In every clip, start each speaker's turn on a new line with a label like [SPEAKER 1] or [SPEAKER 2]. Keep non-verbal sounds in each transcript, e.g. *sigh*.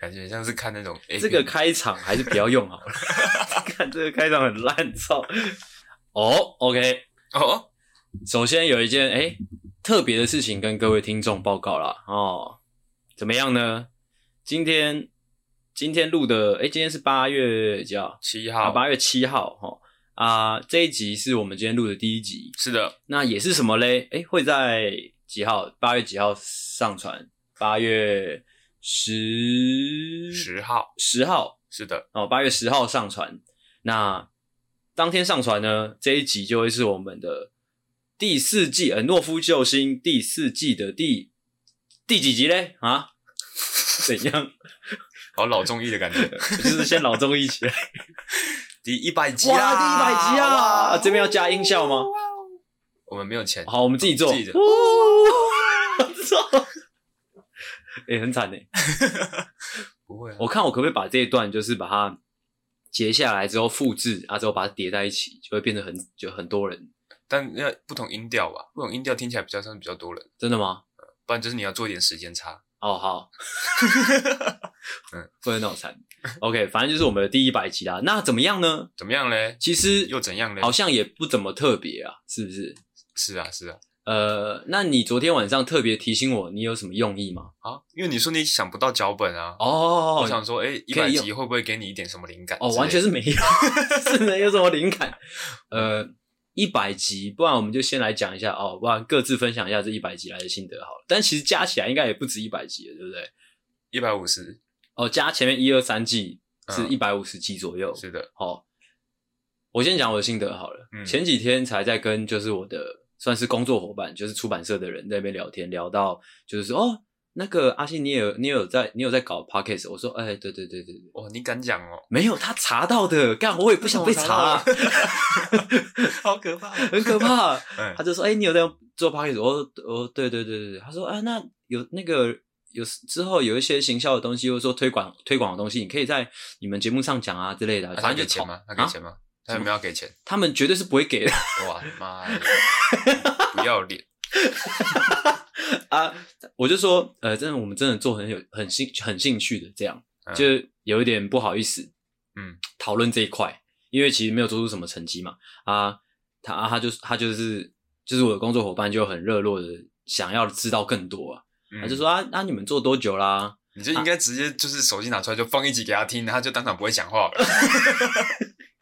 [SPEAKER 1] 感觉像是看那种 A
[SPEAKER 2] 这个开场还是不要用好了，看这个开场很烂，操！哦、o k
[SPEAKER 1] 哦，
[SPEAKER 2] 首先有一件哎、诶特别的事情跟各位听众报告啦哦，怎么样呢？今天今天录的哎、诶今天是八月几号？
[SPEAKER 1] 七
[SPEAKER 2] 啊，
[SPEAKER 1] 号
[SPEAKER 2] 八月七号哈啊、这一集是我们今天录的第一集，
[SPEAKER 1] 是的，
[SPEAKER 2] 那也是什么嘞？哎、会在几号？八月几号上传？八月十
[SPEAKER 1] 十号
[SPEAKER 2] 十号
[SPEAKER 1] 是的，
[SPEAKER 2] 哦，八月十号上传。那当天上传呢，这一集就会是我们的第四季《呃诺夫救星》第四季的第第几集嘞？啊？ *laughs* 怎样？ *laughs*
[SPEAKER 1] 好老综艺的感觉，
[SPEAKER 2] 就是先老中一起来。
[SPEAKER 1] 第一百集
[SPEAKER 2] 哇，
[SPEAKER 1] 啊，
[SPEAKER 2] 第一百集啊！
[SPEAKER 1] 哇
[SPEAKER 2] 这边要加音效吗？
[SPEAKER 1] 我们没有钱，
[SPEAKER 2] 好，我们自己做。
[SPEAKER 1] 自
[SPEAKER 2] *laughs*
[SPEAKER 1] 己的
[SPEAKER 2] 哦操！哎、很惨哎、
[SPEAKER 1] 不会啊，
[SPEAKER 2] 我看我可不可以把这一段就是把它截下来之后复制，啊之后把它叠在一起，就会变成很就很多人。
[SPEAKER 1] 但要不同音调吧，不同音调听起来比较像是比较多人，
[SPEAKER 2] 真的吗？
[SPEAKER 1] 不然就是你要做一点时间差，
[SPEAKER 2] 哦，好，
[SPEAKER 1] *laughs* 嗯，
[SPEAKER 2] *laughs* 不能脑残。OK，反正就是我们的第一百集啦。那怎么样呢？
[SPEAKER 1] 怎么样嘞？
[SPEAKER 2] 其实
[SPEAKER 1] 又怎样嘞？
[SPEAKER 2] 好像也不怎么特别啊，是不是？
[SPEAKER 1] 是啊，是啊，
[SPEAKER 2] 呃，那你昨天晚上特别提醒我，你有什么用意吗？
[SPEAKER 1] 啊，因为你说你想不到脚本啊，
[SPEAKER 2] 哦
[SPEAKER 1] 我，想说，哎，一
[SPEAKER 2] 可
[SPEAKER 1] 百
[SPEAKER 2] 以用
[SPEAKER 1] 集会不会给你一点什么灵感之类
[SPEAKER 2] 哦
[SPEAKER 1] 的？，
[SPEAKER 2] 完全是
[SPEAKER 1] *laughs*
[SPEAKER 2] 没有，是没有什么灵感。呃，
[SPEAKER 1] 嗯
[SPEAKER 2] 一百集，不然我们就先来讲一下哦，不然各自分享一下这一百集来的心得好了。但其实加起来应该也不止一百集了，对不对？
[SPEAKER 1] 一百五十，
[SPEAKER 2] 哦，加前面一二三季是
[SPEAKER 1] 嗯
[SPEAKER 2] 一百五十集左右。
[SPEAKER 1] 是的，
[SPEAKER 2] 好、我先讲我的心得好了。
[SPEAKER 1] 嗯
[SPEAKER 2] 前几天才在跟就是我的算是工作伙伴，就是出版社的人在那边聊天，聊到就是说哦，那个阿信你也有你也有在你有在搞 podcast，我说哎，对对对对对。
[SPEAKER 1] 哦，你敢讲哦，
[SPEAKER 2] 没有，他查到的，干我也不想被查、
[SPEAKER 1] *laughs*
[SPEAKER 2] 啊，
[SPEAKER 1] 好可怕，
[SPEAKER 2] 很可怕。
[SPEAKER 1] 嗯
[SPEAKER 2] 他就说：“哎、你有在做 p o c k e t 我说：“哦，对对对对对。”他说：“啊，那有那个有之后有一些行销的东西，或者说推广推广的东西，你可以在你们节目上讲啊之类的。
[SPEAKER 1] 啊
[SPEAKER 2] 反
[SPEAKER 1] 他
[SPEAKER 2] 正
[SPEAKER 1] 给
[SPEAKER 2] 就吵
[SPEAKER 1] 钱吗？他给钱吗？他有没有要给
[SPEAKER 2] *laughs*
[SPEAKER 1] 钱？
[SPEAKER 2] 他们绝对是不会给的
[SPEAKER 1] 哇妈呀，不要脸！
[SPEAKER 2] 啊！我就说，呃，真的，我们真的做很有很兴很兴趣的这样，
[SPEAKER 1] 嗯
[SPEAKER 2] 就有一点不好意思，
[SPEAKER 1] 嗯，
[SPEAKER 2] 讨论这一块，因为其实没有做出什么成绩嘛。啊，他啊他就是他就是就是我的工作伙伴就很热络的想要知道更多啊，
[SPEAKER 1] 嗯
[SPEAKER 2] *laughs* 他就说啊，那、你们做多久啦、
[SPEAKER 1] 你就应该直接就是手机拿出来就放一集给他听，他就当场不会讲话了， *laughs*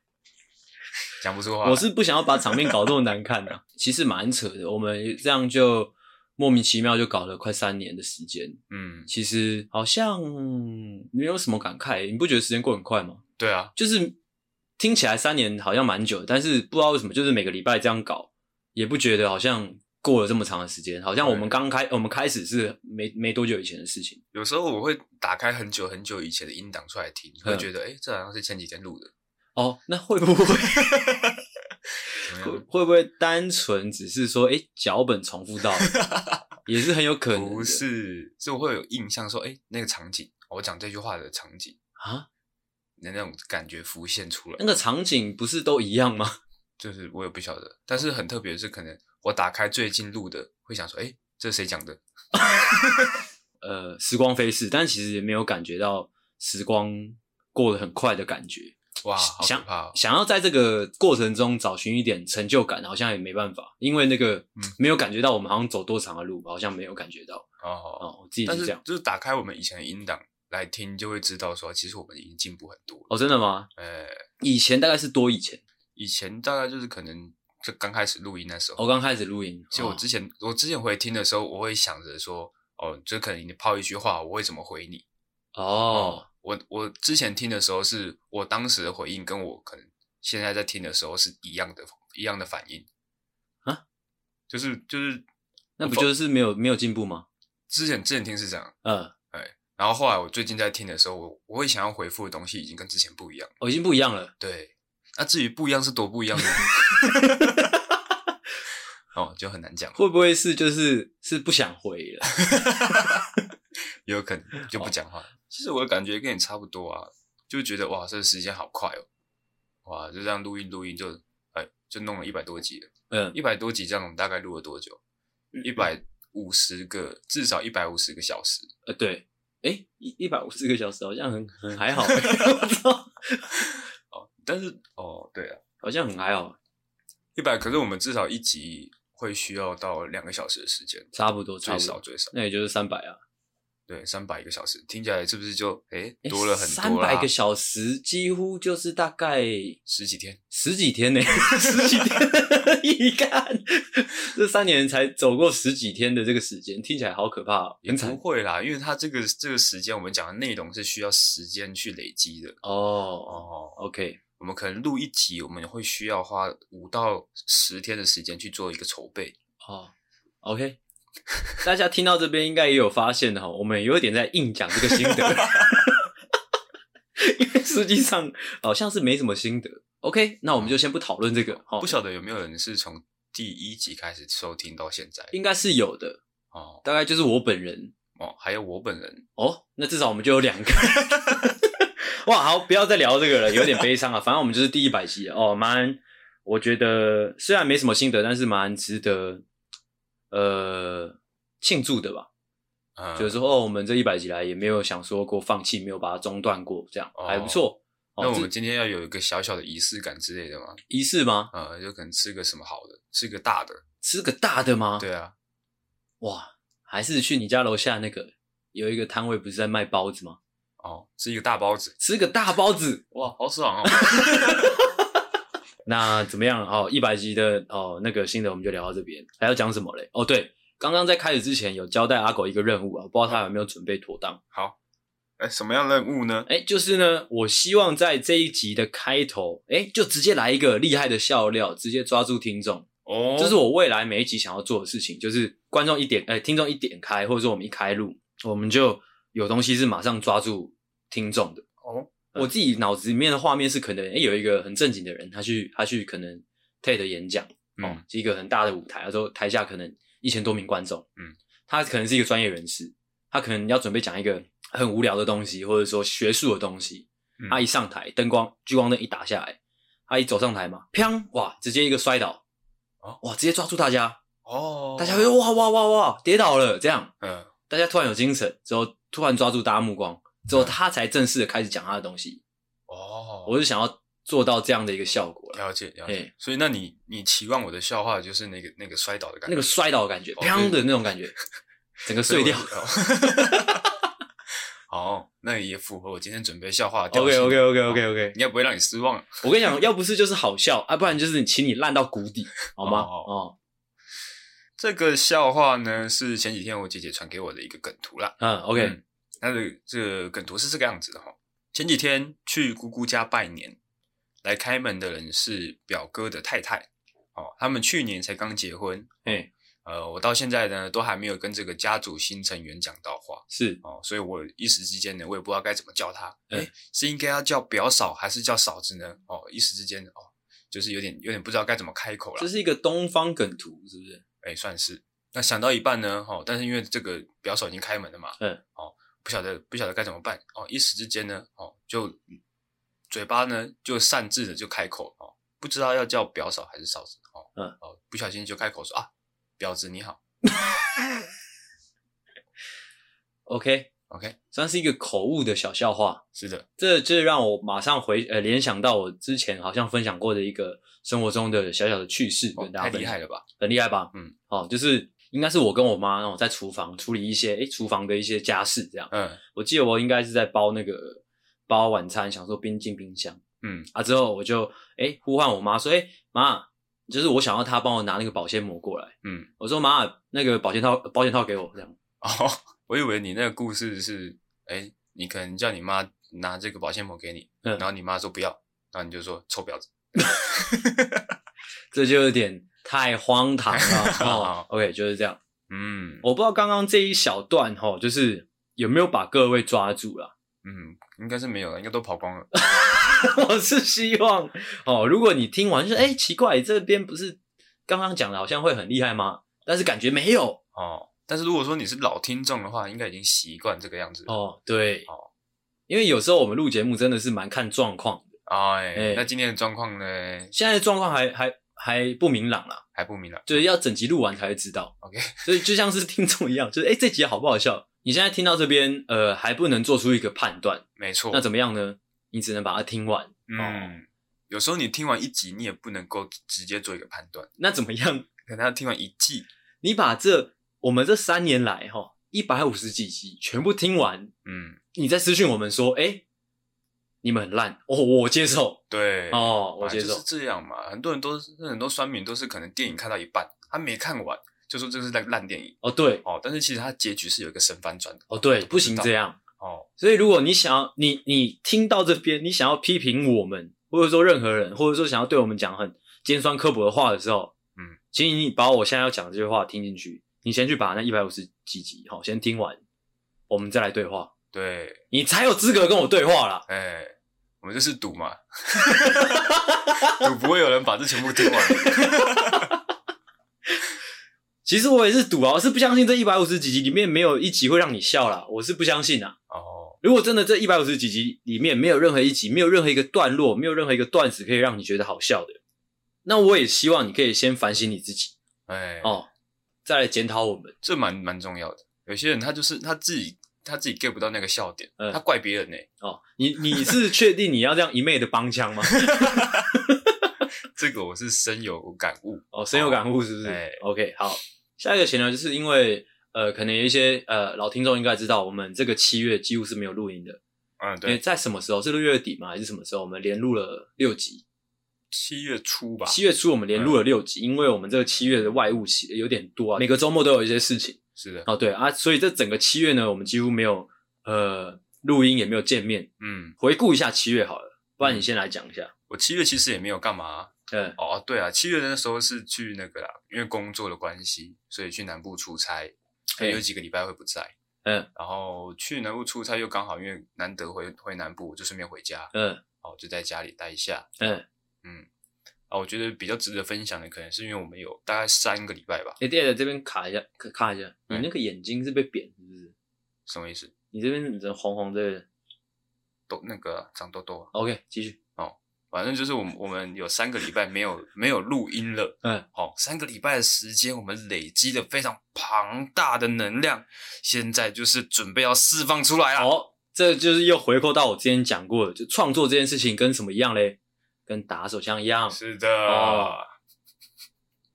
[SPEAKER 1] 讲不出话。
[SPEAKER 2] 我是不想要把场面搞那么难看的、啊其实蛮扯的。我们这样就莫名其妙就搞了快三年的时间，
[SPEAKER 1] 嗯，
[SPEAKER 2] 其实好像没有什么感慨。你不觉得时间过很快吗？
[SPEAKER 1] 对啊，
[SPEAKER 2] 就是听起来三年好像蛮久的，但是不知道为什么，就是每个礼拜这样搞，也不觉得好像过了这么长的时间。好像我们
[SPEAKER 1] 对
[SPEAKER 2] 刚开，我们开始是没没多久以前的事情。
[SPEAKER 1] 有时候我会打开很久很久以前的音档出来听，会
[SPEAKER 2] 嗯
[SPEAKER 1] 觉得哎、诶这好像是前几天录的，
[SPEAKER 2] 哦，那
[SPEAKER 1] *laughs*
[SPEAKER 2] 会不会？
[SPEAKER 1] 嗯怎么
[SPEAKER 2] 会
[SPEAKER 1] 样？
[SPEAKER 2] *laughs* 会不会单纯只是说，哎、脚本重复
[SPEAKER 1] *laughs*
[SPEAKER 2] 到了，也是很有可能的。
[SPEAKER 1] 不是，是我会有印象说，哎、那个场景，我讲这句话的场景
[SPEAKER 2] 啊，
[SPEAKER 1] 的那种感觉浮现出来
[SPEAKER 2] 那。个场景不是都一样吗？
[SPEAKER 1] 就是我也不晓得，但是很特别的是，可能我打开最近录的，会想说，哎、这是谁讲的？
[SPEAKER 2] 呃，时光飞逝，但其实也没有感觉到时光过得很快的感觉。
[SPEAKER 1] 哇，好可
[SPEAKER 2] 想
[SPEAKER 1] 怕、哦！
[SPEAKER 2] 想要在这个过程中找寻一点成就感，好像也没办法，因为那个、
[SPEAKER 1] 嗯
[SPEAKER 2] 没有感觉到我们好像走多长的路，好像没有感觉到。
[SPEAKER 1] 哦，
[SPEAKER 2] 哦，我自己
[SPEAKER 1] 但
[SPEAKER 2] 是
[SPEAKER 1] 是
[SPEAKER 2] 这样。
[SPEAKER 1] 就是打开我们以前的音档来听，就会知道说，其实我们已经进步很多了。
[SPEAKER 2] 哦，真的吗？
[SPEAKER 1] 呃，
[SPEAKER 2] 以前大概是多以前，
[SPEAKER 1] 以前大概就是可能就刚开始录音那时候，
[SPEAKER 2] 我刚开始录音，
[SPEAKER 1] 其实我
[SPEAKER 2] 哦
[SPEAKER 1] 之前、我之前回听的时候，我会想着说，哦，就可能你抛一句话，我会怎么回你？
[SPEAKER 2] 哦，
[SPEAKER 1] 我我之前听的时候是，我当时的回应跟我可能现在在听的时候是一样的，一样的反应
[SPEAKER 2] 啊，
[SPEAKER 1] 就是就是
[SPEAKER 2] 那不就是没有没有进步吗？
[SPEAKER 1] 之前之前听是这样，
[SPEAKER 2] 嗯，
[SPEAKER 1] 然后后来我最近在听的时候，我我会想要回复的东西已经跟之前不一样了。
[SPEAKER 2] 哦我已经不一样了。
[SPEAKER 1] 对，那、至于不一样是多不 *laughs* 一样呢，哦，就很难讲，
[SPEAKER 2] 会不会是就是是不想回了？
[SPEAKER 1] 也有可能就不讲话。哦其实我的感觉跟你差不多啊，就觉得哇，这个时间好快哦，哇，就这样录音录音就哎就弄了一百多集了。
[SPEAKER 2] 嗯，
[SPEAKER 1] 一百多集这样，我们大概录了多久？一百五十个，至少一百五十个小时。
[SPEAKER 2] 呃，对，哎，一一百五十个小时好像很很还
[SPEAKER 1] *laughs*
[SPEAKER 2] 好，我操，
[SPEAKER 1] 哦，但是哦，对啊，
[SPEAKER 2] 好像很还好，
[SPEAKER 1] 一百，可是我们至少一集会需要到两个小时的时间，
[SPEAKER 2] 差不多，差
[SPEAKER 1] 最
[SPEAKER 2] 不
[SPEAKER 1] 少
[SPEAKER 2] 多，
[SPEAKER 1] 最少，
[SPEAKER 2] 那也就是三百啊，
[SPEAKER 1] 对，三百一个小时，听起来是不是就诶多了很
[SPEAKER 2] 三
[SPEAKER 1] 多啦？
[SPEAKER 2] 百个小时几乎就是大概
[SPEAKER 1] 十几天，
[SPEAKER 2] 十几天
[SPEAKER 1] *laughs*
[SPEAKER 2] 呢、十几天，你看这三年才走过十几天的这个时间，听起来好可怕、哦，
[SPEAKER 1] 也
[SPEAKER 2] 很
[SPEAKER 1] 不
[SPEAKER 2] 惨
[SPEAKER 1] 会啦，因为它这个这个时间我们讲的内容是需要时间去累积的
[SPEAKER 2] 哦。
[SPEAKER 1] 哦。
[SPEAKER 2] OK，
[SPEAKER 1] 我们可能录一集，我们会需要花五到十天的时间去做一个筹备。
[SPEAKER 2] 哦，OK，大家听到这边应该也有发现哈，我们有一点在硬讲这个心得， *laughs* 因为实际上好像是没什么心得。OK，那我们就先不讨论这个哦哈
[SPEAKER 1] 不，晓得有没有人是从第一集开始收听到现在
[SPEAKER 2] 应该是有的，
[SPEAKER 1] 哦
[SPEAKER 2] 大概就是我本人
[SPEAKER 1] 哦，还有我本人
[SPEAKER 2] 哦，那至少我们就有两个。 *laughs* 哇，好，不要再聊这个了，有点悲伤啊。反正我们就是第一百集了哦，蛮，我觉得虽然没什么心得，但是蛮值得呃庆祝的吧。
[SPEAKER 1] 嗯
[SPEAKER 2] 就是说，哦，我们这一百集来也没有想说过放弃，没有把它中断过，这样、
[SPEAKER 1] 哦
[SPEAKER 2] 还不错。哦
[SPEAKER 1] 那我们
[SPEAKER 2] 这
[SPEAKER 1] 今天要有一个小小的仪式感之类的嘛，
[SPEAKER 2] 仪式吗？
[SPEAKER 1] 呃，就可能吃个什么好的，吃个大的，
[SPEAKER 2] 吃个大的吗？，
[SPEAKER 1] 对啊，
[SPEAKER 2] 哇，还是去你家楼下那个有一个摊位，不是在卖包子吗？
[SPEAKER 1] 哦，吃一个大包子，
[SPEAKER 2] 吃个大包子，
[SPEAKER 1] 哇，好爽哦！
[SPEAKER 2] *laughs* 那怎么样？哦，一百集的哦，那个新的我们就聊到这边，还要讲什么嘞？哦，对，刚刚在开始之前有交代阿狗一个任务啊，不知道他有没有准备妥当？
[SPEAKER 1] 好，哎，什么样任务呢？
[SPEAKER 2] 哎，就是呢，我希望在这一集的开头，哎，就直接来一个厉害的笑料，直接抓住听众，
[SPEAKER 1] 哦，
[SPEAKER 2] 这是我未来每一集想要做的事情，就是观众一点，哎，听众一点开，或者说我们一开录，我们就有东西是马上抓住听众的。
[SPEAKER 1] 哦，
[SPEAKER 2] 我自己脑子里面的画面是，可能哎有一个很正经的人，他去他去可能 TED 演讲。哦
[SPEAKER 1] 嗯，，
[SPEAKER 2] 是一个很大的舞台，然后台下可能一千多名观众，
[SPEAKER 1] 嗯，
[SPEAKER 2] 他可能是一个专业人士，他可能要准备讲一个很无聊的东西，或者说学术的东西，
[SPEAKER 1] 嗯
[SPEAKER 2] 他一上台，灯光聚光灯一打下来，他一走上台嘛，砰，哇，直接一个摔倒，
[SPEAKER 1] 哦
[SPEAKER 2] 哇，直接抓住大家，
[SPEAKER 1] 哦，
[SPEAKER 2] 大家会哇哇哇哇跌倒了，这样
[SPEAKER 1] 嗯，
[SPEAKER 2] 大家突然有精神，之后突然抓住大家目光，之后
[SPEAKER 1] 嗯
[SPEAKER 2] 他才正式的开始讲他的东西，
[SPEAKER 1] 哦，
[SPEAKER 2] 我是想要做到这样的一个效果啦
[SPEAKER 1] 了解了解
[SPEAKER 2] 嘿。
[SPEAKER 1] 所以，那你你期望我的笑话就是那个那个摔倒的感觉，
[SPEAKER 2] 那个摔倒的感觉，
[SPEAKER 1] 哦对
[SPEAKER 2] 砰的那种感觉，整个
[SPEAKER 1] 所
[SPEAKER 2] 碎
[SPEAKER 1] 以
[SPEAKER 2] 掉
[SPEAKER 1] 我。 *laughs* 哦，那也符合我今天准备笑话的调
[SPEAKER 2] OK
[SPEAKER 1] 性
[SPEAKER 2] OK OK OK OK，
[SPEAKER 1] 应该不会让你失望。
[SPEAKER 2] 我跟你讲，要不是就是好笑啊，不然就是你请你烂到谷底，好吗？
[SPEAKER 1] 哦
[SPEAKER 2] 哦，
[SPEAKER 1] 这个笑话呢，是前几天我姐姐传给我的一个梗图啦。
[SPEAKER 2] 嗯，OK，
[SPEAKER 1] 嗯它的这个梗图是这个样子的哈。前几天去姑姑家拜年，来开门的人是表哥的太太。哦，他们去年才刚结婚。
[SPEAKER 2] 哎，
[SPEAKER 1] 呃，我到现在呢，都还没有跟这个家族新成员讲到话
[SPEAKER 2] 是
[SPEAKER 1] 哦，所以我一时之间呢，我也不知道该怎么叫他。哎、
[SPEAKER 2] 嗯
[SPEAKER 1] 是应该要叫表嫂还是叫嫂子呢？哦，一时之间哦，就是有点有点不知道该怎么开口了
[SPEAKER 2] 这。是一个东方梗图，是不是？
[SPEAKER 1] 哎、算是。那想到一半呢，哦，但是因为这个表嫂已经开门了嘛，
[SPEAKER 2] 嗯，
[SPEAKER 1] 哦，不晓得不晓得该怎么办，哦，一时之间呢，哦，就嘴巴呢就擅自的就开口，哦，不知道要叫表嫂还是嫂子，哦，
[SPEAKER 2] 嗯
[SPEAKER 1] 哦，不小心就开口说啊，表子你好
[SPEAKER 2] OK，
[SPEAKER 1] ，OK，
[SPEAKER 2] 算是一个口误的小笑话。
[SPEAKER 1] 是的，
[SPEAKER 2] 这这让我马上回呃联想到我之前好像分享过的一个生活中的小小的趣事，
[SPEAKER 1] 哦
[SPEAKER 2] 跟大
[SPEAKER 1] 太
[SPEAKER 2] 家分
[SPEAKER 1] 厉
[SPEAKER 2] 享
[SPEAKER 1] 害，了吧，
[SPEAKER 2] 很厉害吧？
[SPEAKER 1] 嗯，
[SPEAKER 2] 哦，就是应该是我跟我妈然后在厨房处理一些诶厨房的一些家事这样。
[SPEAKER 1] 嗯
[SPEAKER 2] 我记得我应该是在包那个包晚餐，想说冰进冰箱。
[SPEAKER 1] 嗯
[SPEAKER 2] 啊，之后我就哎、诶呼唤我妈说，哎、妈，就是我想要她帮我拿那个保鲜膜过来。
[SPEAKER 1] 嗯，
[SPEAKER 2] 我说妈，那个保鲜套保险套给我这样。
[SPEAKER 1] 哦， *laughs* 我以为你那个故事是，哎、你可能叫你妈拿这个保鲜膜给你，
[SPEAKER 2] 嗯
[SPEAKER 1] 然后你妈说不要，然后你就说臭婊子，
[SPEAKER 2] 这就有点太荒唐了哦
[SPEAKER 1] 好。
[SPEAKER 2] OK，就是这样。
[SPEAKER 1] 嗯
[SPEAKER 2] 我不知道刚刚这一小段哈、哦，就是有没有把各位抓住啦。
[SPEAKER 1] 嗯，应该是没有了，应该都跑光了。
[SPEAKER 2] *laughs* 我是希望哦，如果你听完就是哎、诶奇怪，这边不是刚刚讲的好像会很厉害吗？但是感觉没有
[SPEAKER 1] 哦，但是如果说你是老听众的话，应该已经习惯这个样子了。
[SPEAKER 2] 哦，对
[SPEAKER 1] 哦
[SPEAKER 2] 因为有时候我们录节目真的是蛮看状况的，
[SPEAKER 1] 哎、
[SPEAKER 2] 哎
[SPEAKER 1] 那今天的状况呢
[SPEAKER 2] 现在的状况还还还不明朗啦。
[SPEAKER 1] 还不明朗。
[SPEAKER 2] 对，要整集录完才会知道。
[SPEAKER 1] OK *laughs*
[SPEAKER 2] 所以就像是听众一样，就是哎、诶这集好不好笑？你现在听到这边，呃，还不能做出一个判断，
[SPEAKER 1] 没错
[SPEAKER 2] 那。怎么样呢？你只能把它听完。
[SPEAKER 1] 嗯，有时候你听完一集，你也不能够直接做一个判断，
[SPEAKER 2] 那怎么样？
[SPEAKER 1] 可能要听完一季。
[SPEAKER 2] 你把这我们这三年来哈一百五十几集全部听完，
[SPEAKER 1] 嗯，
[SPEAKER 2] 你再私讯我们说，哎、你们很烂哦，我接受
[SPEAKER 1] 对，
[SPEAKER 2] 哦，我
[SPEAKER 1] 本来
[SPEAKER 2] 接
[SPEAKER 1] 就
[SPEAKER 2] 受
[SPEAKER 1] 是，这样嘛。很多人都是很多酸民都是可能电影看到一半，他没看完就说这是在烂电影
[SPEAKER 2] 哦对，
[SPEAKER 1] 哦，但是其实它结局是有一个神反转的
[SPEAKER 2] 哦对，不行
[SPEAKER 1] 知道
[SPEAKER 2] 这样。
[SPEAKER 1] 哦。
[SPEAKER 2] 所以如果你想要你你听到这边，你想要批评我们，或者说任何人，或者说想要对我们讲很尖酸刻薄的话的时候，
[SPEAKER 1] 嗯，
[SPEAKER 2] 请你把我现在要讲的这些话听进去，你先去把那一百五十几集好先听完，我们再来对话，
[SPEAKER 1] 对，
[SPEAKER 2] 你才有资格跟我对话啦。
[SPEAKER 1] 哎、我们就是赌嘛， *laughs* 赌不会有人把这全部听完。
[SPEAKER 2] 其实我也是赌啊，我是不相信这一百五十几集里面没有一集会让你笑啦，我是不相信啊。
[SPEAKER 1] 哦，
[SPEAKER 2] 如果真的这一百五十几集里面没有任何一集、没有任何一个段落、没有任何一个段子可以让你觉得好笑的，那我也希望你可以先反省你自己
[SPEAKER 1] 哎、
[SPEAKER 2] 哦，再来检讨我们。
[SPEAKER 1] 这蛮蛮重要的。有些人他就是他自己他自己 get 不到那个笑点，
[SPEAKER 2] 嗯
[SPEAKER 1] 他怪别人呢、
[SPEAKER 2] 哦，你你是确定你要这样一昧的帮腔吗？ *laughs*
[SPEAKER 1] 这个我是深有感悟。
[SPEAKER 2] 哦，深有感悟是不是、
[SPEAKER 1] 哎
[SPEAKER 2] o k 好，下一个闲聊就是因为呃，可能有一些呃老听众应该知道，我们这个七月几乎是没有录音的，
[SPEAKER 1] 嗯，
[SPEAKER 2] 因为
[SPEAKER 1] 对，
[SPEAKER 2] 在什么时候？是六月底吗？还是什么时候？我们连录了六集，
[SPEAKER 1] 七月初吧，嗯
[SPEAKER 2] 七月初我们连录了六集，因为我们这个七月的外务起的有点多啊，每个周末都有一些事情。
[SPEAKER 1] 是的，
[SPEAKER 2] 哦，对啊，所以这整个七月呢，我们几乎没有呃录音，也没有见面。
[SPEAKER 1] 嗯，
[SPEAKER 2] 回顾一下七月好了，不然你先来讲一下。
[SPEAKER 1] 我七月其实也没有干嘛。
[SPEAKER 2] 嗯，
[SPEAKER 1] 哦，对啊，七月那时候是去那个啦，因为工作的关系，所以去南部出差，
[SPEAKER 2] 哎
[SPEAKER 1] 有几个礼拜会不在。
[SPEAKER 2] 嗯，
[SPEAKER 1] 然后去南部出差又刚好因为难得回回南部，我就顺便回家，
[SPEAKER 2] 嗯
[SPEAKER 1] 哦，就在家里待一下。
[SPEAKER 2] 嗯，
[SPEAKER 1] 啊，我觉得比较值得分享的，可能是因为我们有大概三个礼拜吧，
[SPEAKER 2] 哎、对了，这边卡一下，卡卡一下，你
[SPEAKER 1] 哎
[SPEAKER 2] 那个眼睛是被扁是不是？
[SPEAKER 1] 什么意思？
[SPEAKER 2] 你这边人红红的。
[SPEAKER 1] 痘那个长痘痘啊，
[SPEAKER 2] OK，继续。
[SPEAKER 1] 反正就是我们我们有三个礼拜没有没有录音了，
[SPEAKER 2] 嗯，
[SPEAKER 1] 好、三个礼拜的时间，我们累积了非常庞大的能量，现在就是准备要释放出来了。
[SPEAKER 2] 好，这就是又回扣到我之前讲过的，就创作这件事情跟什么一样嘞？跟打手枪一样。
[SPEAKER 1] 是的，
[SPEAKER 2] 哦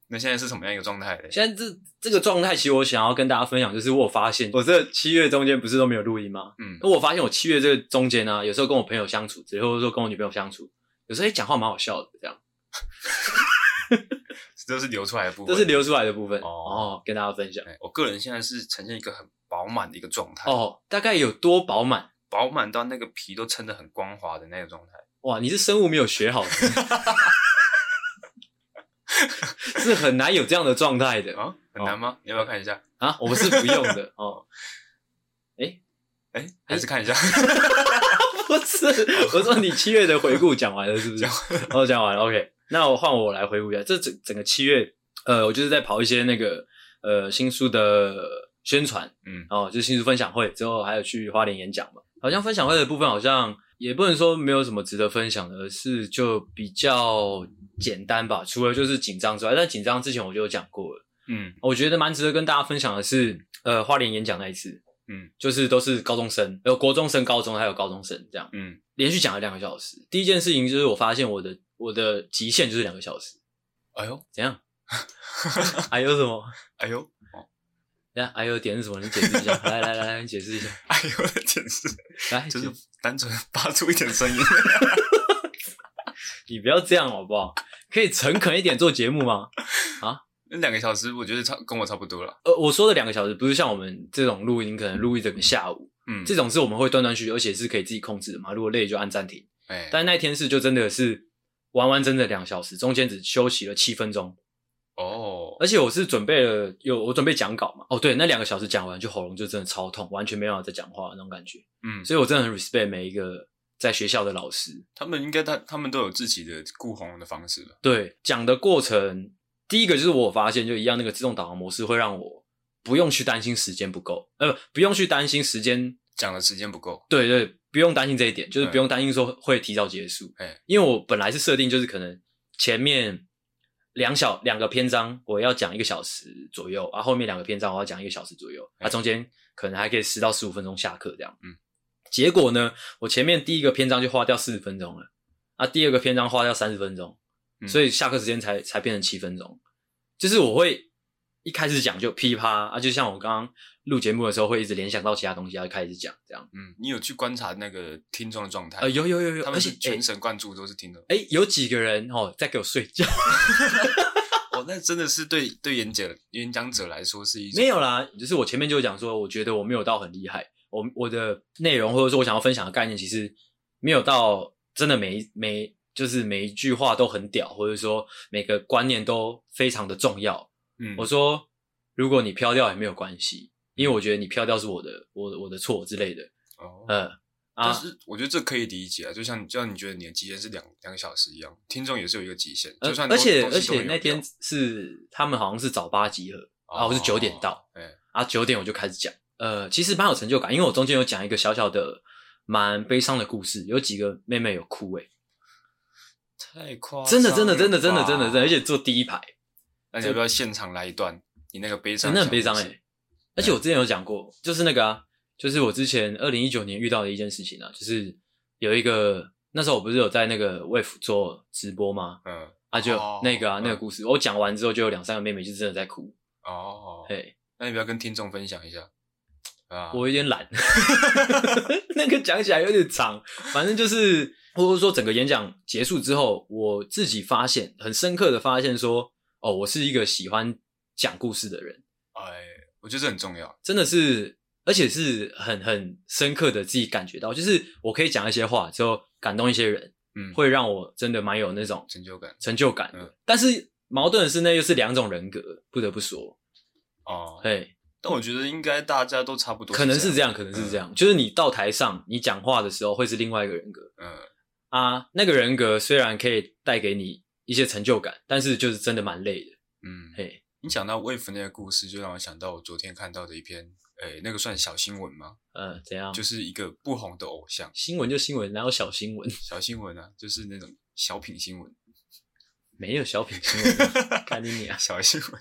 [SPEAKER 1] 那现在是什么样一个状态嘞？
[SPEAKER 2] 现在这这个状态，其实我想要跟大家分享，就是我有发现我这七月中间不是都没有录音吗？
[SPEAKER 1] 嗯
[SPEAKER 2] 那我发现我七月这个中间啊呢、有时候跟我朋友相处，或者说跟我女朋友相处，有时候哎讲话蛮好笑的，这样，
[SPEAKER 1] 这是流出来的部分，
[SPEAKER 2] 这是流出来的部分
[SPEAKER 1] 哦
[SPEAKER 2] 哦，跟大家分享
[SPEAKER 1] 哎。我个人现在是呈现一个很饱满的一个状态，
[SPEAKER 2] 哦，大概有多饱满？
[SPEAKER 1] 饱满到那个皮都撑得很光滑的那个状态。
[SPEAKER 2] 哇，你是生物没有学好的，是很难有这样的状态的
[SPEAKER 1] 啊，很难吗？
[SPEAKER 2] 哦
[SPEAKER 1] 你要不要看一下？
[SPEAKER 2] 啊！我们是不用的哦。
[SPEAKER 1] 哎、还是看一下。 *laughs*
[SPEAKER 2] 不是， *laughs* 我说你七月的回顾讲完了是不是？哦，讲完了，OK。那我换我来回顾一下，这整整个七月，呃，我就是在跑一些那个呃新书的宣传，
[SPEAKER 1] 嗯，
[SPEAKER 2] 哦，就是新书分享会之后，还有去花莲演讲嘛。好像分享会的部分好像也不能说没有什么值得分享的，而是就比较简单吧。除了就是紧张之外，但紧张之前我就有讲过了。
[SPEAKER 1] 嗯
[SPEAKER 2] 我觉得蛮值得跟大家分享的是，呃，花莲演讲那一次，
[SPEAKER 1] 嗯，
[SPEAKER 2] 就是都是高中生，有国中生、高中还有高中生这样，
[SPEAKER 1] 嗯，
[SPEAKER 2] 连续讲了两个小时。第一件事情就是我发现我的我的极限就是两个小时，
[SPEAKER 1] 哎呦，
[SPEAKER 2] 怎样？ *laughs* 还有什么？
[SPEAKER 1] 哎呦，
[SPEAKER 2] 来，还有点是什么？你解释
[SPEAKER 1] *laughs*
[SPEAKER 2] 一下。来来来，你解释一下。
[SPEAKER 1] 哎呦的简直
[SPEAKER 2] 来，
[SPEAKER 1] 就
[SPEAKER 2] 解
[SPEAKER 1] 是单纯发出一点声音。 *laughs*
[SPEAKER 2] 你不要这样好不好？可以诚恳一点做节目吗？
[SPEAKER 1] 那两个小时，我觉得差跟我差不多了。
[SPEAKER 2] 呃，我说的两个小时不是像我们这种录音，可能录一整个下午，
[SPEAKER 1] 嗯，
[SPEAKER 2] 这种是我们会断断续续，而且是可以自己控制的嘛。如果累就按暂停。
[SPEAKER 1] 哎，
[SPEAKER 2] 但那一天是就真的是完完整整两小时，中间只休息了七分钟，
[SPEAKER 1] 哦，
[SPEAKER 2] 而且我是准备了有我准备讲稿嘛。哦，对，那两个小时讲完就喉咙就真的超痛，完全没办法再讲话那种感觉。
[SPEAKER 1] 嗯，
[SPEAKER 2] 所以我真的很 respect 每一个在学校的老师，
[SPEAKER 1] 他们应该他他们都有自己的顾红的方式吧？
[SPEAKER 2] 对，讲的过程，第一个就是我有发现，就一样那个自动导航模式会让我不用去担心时间不够，呃，不用去担心时间，
[SPEAKER 1] 讲的时间不够。
[SPEAKER 2] 对对，不用担心这一点，就是
[SPEAKER 1] 嗯
[SPEAKER 2] 不用担心说会提早结束，
[SPEAKER 1] 哎
[SPEAKER 2] 因为我本来是设定就是可能前面两小两个篇章我要讲一个小时左右，啊，后面两个篇章我要讲一个小时左右，啊，
[SPEAKER 1] 哎
[SPEAKER 2] 中间可能还可以十到十五分钟下课这样。
[SPEAKER 1] 嗯，
[SPEAKER 2] 结果呢，我前面第一个篇章就花掉四十分钟了，啊，第二个篇章花掉三十分钟，
[SPEAKER 1] 嗯
[SPEAKER 2] 所以下课时间才才变成七分钟。就是我会一开始讲就噼里啪啦啊，就像我刚刚录节目的时候会一直联想到其他东西，要开始讲这样。
[SPEAKER 1] 嗯，你有去观察那个听众的状态？
[SPEAKER 2] 呃，有有有有，
[SPEAKER 1] 他
[SPEAKER 2] 而
[SPEAKER 1] 们
[SPEAKER 2] 且
[SPEAKER 1] 是全
[SPEAKER 2] 哎
[SPEAKER 1] 神贯注都是听众。
[SPEAKER 2] 哎、有几个人哦在给我睡觉。 *laughs*
[SPEAKER 1] 哦，那真的是对对演讲演讲者来说是一种
[SPEAKER 2] 没有啦，就是我前面就讲说，我觉得我没有到很厉害，我我的内容或者说我想要分享的概念，其实没有到真的每一每就是每一句话都很屌，或者说每个观念都非常的重要。
[SPEAKER 1] 嗯，
[SPEAKER 2] 我说，如果你飘掉也没有关系，因为我觉得你飘掉是我的我的我的错之类的。
[SPEAKER 1] 哦，
[SPEAKER 2] 嗯
[SPEAKER 1] 但
[SPEAKER 2] 啊，
[SPEAKER 1] 是我觉得这可以理解啊，就像就像你觉得你的极限是两两个小时一样，听众也是有一个极限，
[SPEAKER 2] 而
[SPEAKER 1] 就算
[SPEAKER 2] 呃而
[SPEAKER 1] 东
[SPEAKER 2] 且
[SPEAKER 1] 东西都
[SPEAKER 2] 而且
[SPEAKER 1] 很有
[SPEAKER 2] 那天
[SPEAKER 1] 料
[SPEAKER 2] 是他们好像是早八集合，
[SPEAKER 1] 哦
[SPEAKER 2] 啊我是九点到，
[SPEAKER 1] 哎，
[SPEAKER 2] 啊，九点我就开始讲。呃，其实蛮有成就感，因为我中间有讲一个小小的、蛮悲伤的故事，有几个妹妹有哭、欸，
[SPEAKER 1] 太夸
[SPEAKER 2] 真的，
[SPEAKER 1] 张
[SPEAKER 2] 真的，
[SPEAKER 1] 了
[SPEAKER 2] 真的，真的，
[SPEAKER 1] 吧
[SPEAKER 2] 真的，真的，而且坐第一排，
[SPEAKER 1] 那你要不要现场来一段？你那个悲伤
[SPEAKER 2] 真
[SPEAKER 1] 的
[SPEAKER 2] 的很
[SPEAKER 1] 小
[SPEAKER 2] 悲
[SPEAKER 1] 故
[SPEAKER 2] 伤哎、
[SPEAKER 1] 事
[SPEAKER 2] 欸。而且我之前有讲过，就是那个啊，就是我之前二零一九年遇到的一件事情啊，就是有一个那时候我不是有在那个 Wave 做直播吗？
[SPEAKER 1] 嗯，
[SPEAKER 2] 啊，就
[SPEAKER 1] 哦
[SPEAKER 2] 那个啊，那个
[SPEAKER 1] 嗯
[SPEAKER 2] 故事，我讲完之后就有两三个妹妹就真的在哭，
[SPEAKER 1] 哦，
[SPEAKER 2] 嘿，
[SPEAKER 1] 那你不要跟听众分享一下啊？
[SPEAKER 2] 我有点懒， *laughs* 那个讲起来有点长，反正就是或者说整个演讲结束之后，我自己发现很深刻的发现说，哦，我是一个喜欢讲故事的人，
[SPEAKER 1] 哎，我觉得这很重要。
[SPEAKER 2] 真的是，而且是很很深刻的自己感觉到，就是我可以讲一些话之后感动一些人，
[SPEAKER 1] 嗯，
[SPEAKER 2] 会让我真的蛮有那种
[SPEAKER 1] 成就感
[SPEAKER 2] 成就感的。
[SPEAKER 1] 嗯
[SPEAKER 2] 但是矛盾的是，那又是两种人格，不得不说，
[SPEAKER 1] 哦。
[SPEAKER 2] 嘿，
[SPEAKER 1] 但我觉得应该大家都差不多，
[SPEAKER 2] 可能是这样，可能是这样，就是你到台上你讲话的时候会是另外一个人格。
[SPEAKER 1] 嗯。
[SPEAKER 2] 啊，那个人格虽然可以带给你一些成就感，但是就是真的蛮累的。
[SPEAKER 1] 嗯嗯，
[SPEAKER 2] 嘿，
[SPEAKER 1] 你讲到魏福那个故事，就让我想到我昨天看到的一篇，哎，那个算小新闻吗？
[SPEAKER 2] 呃，怎样？
[SPEAKER 1] 就是一个不红的偶像，
[SPEAKER 2] 新闻就新闻，哪有小新闻？ *laughs*
[SPEAKER 1] 小新闻啊，就是那种小品新闻，
[SPEAKER 2] 没有小品新
[SPEAKER 1] *laughs*
[SPEAKER 2] 闻，啊看你娘！
[SPEAKER 1] 啊小新闻，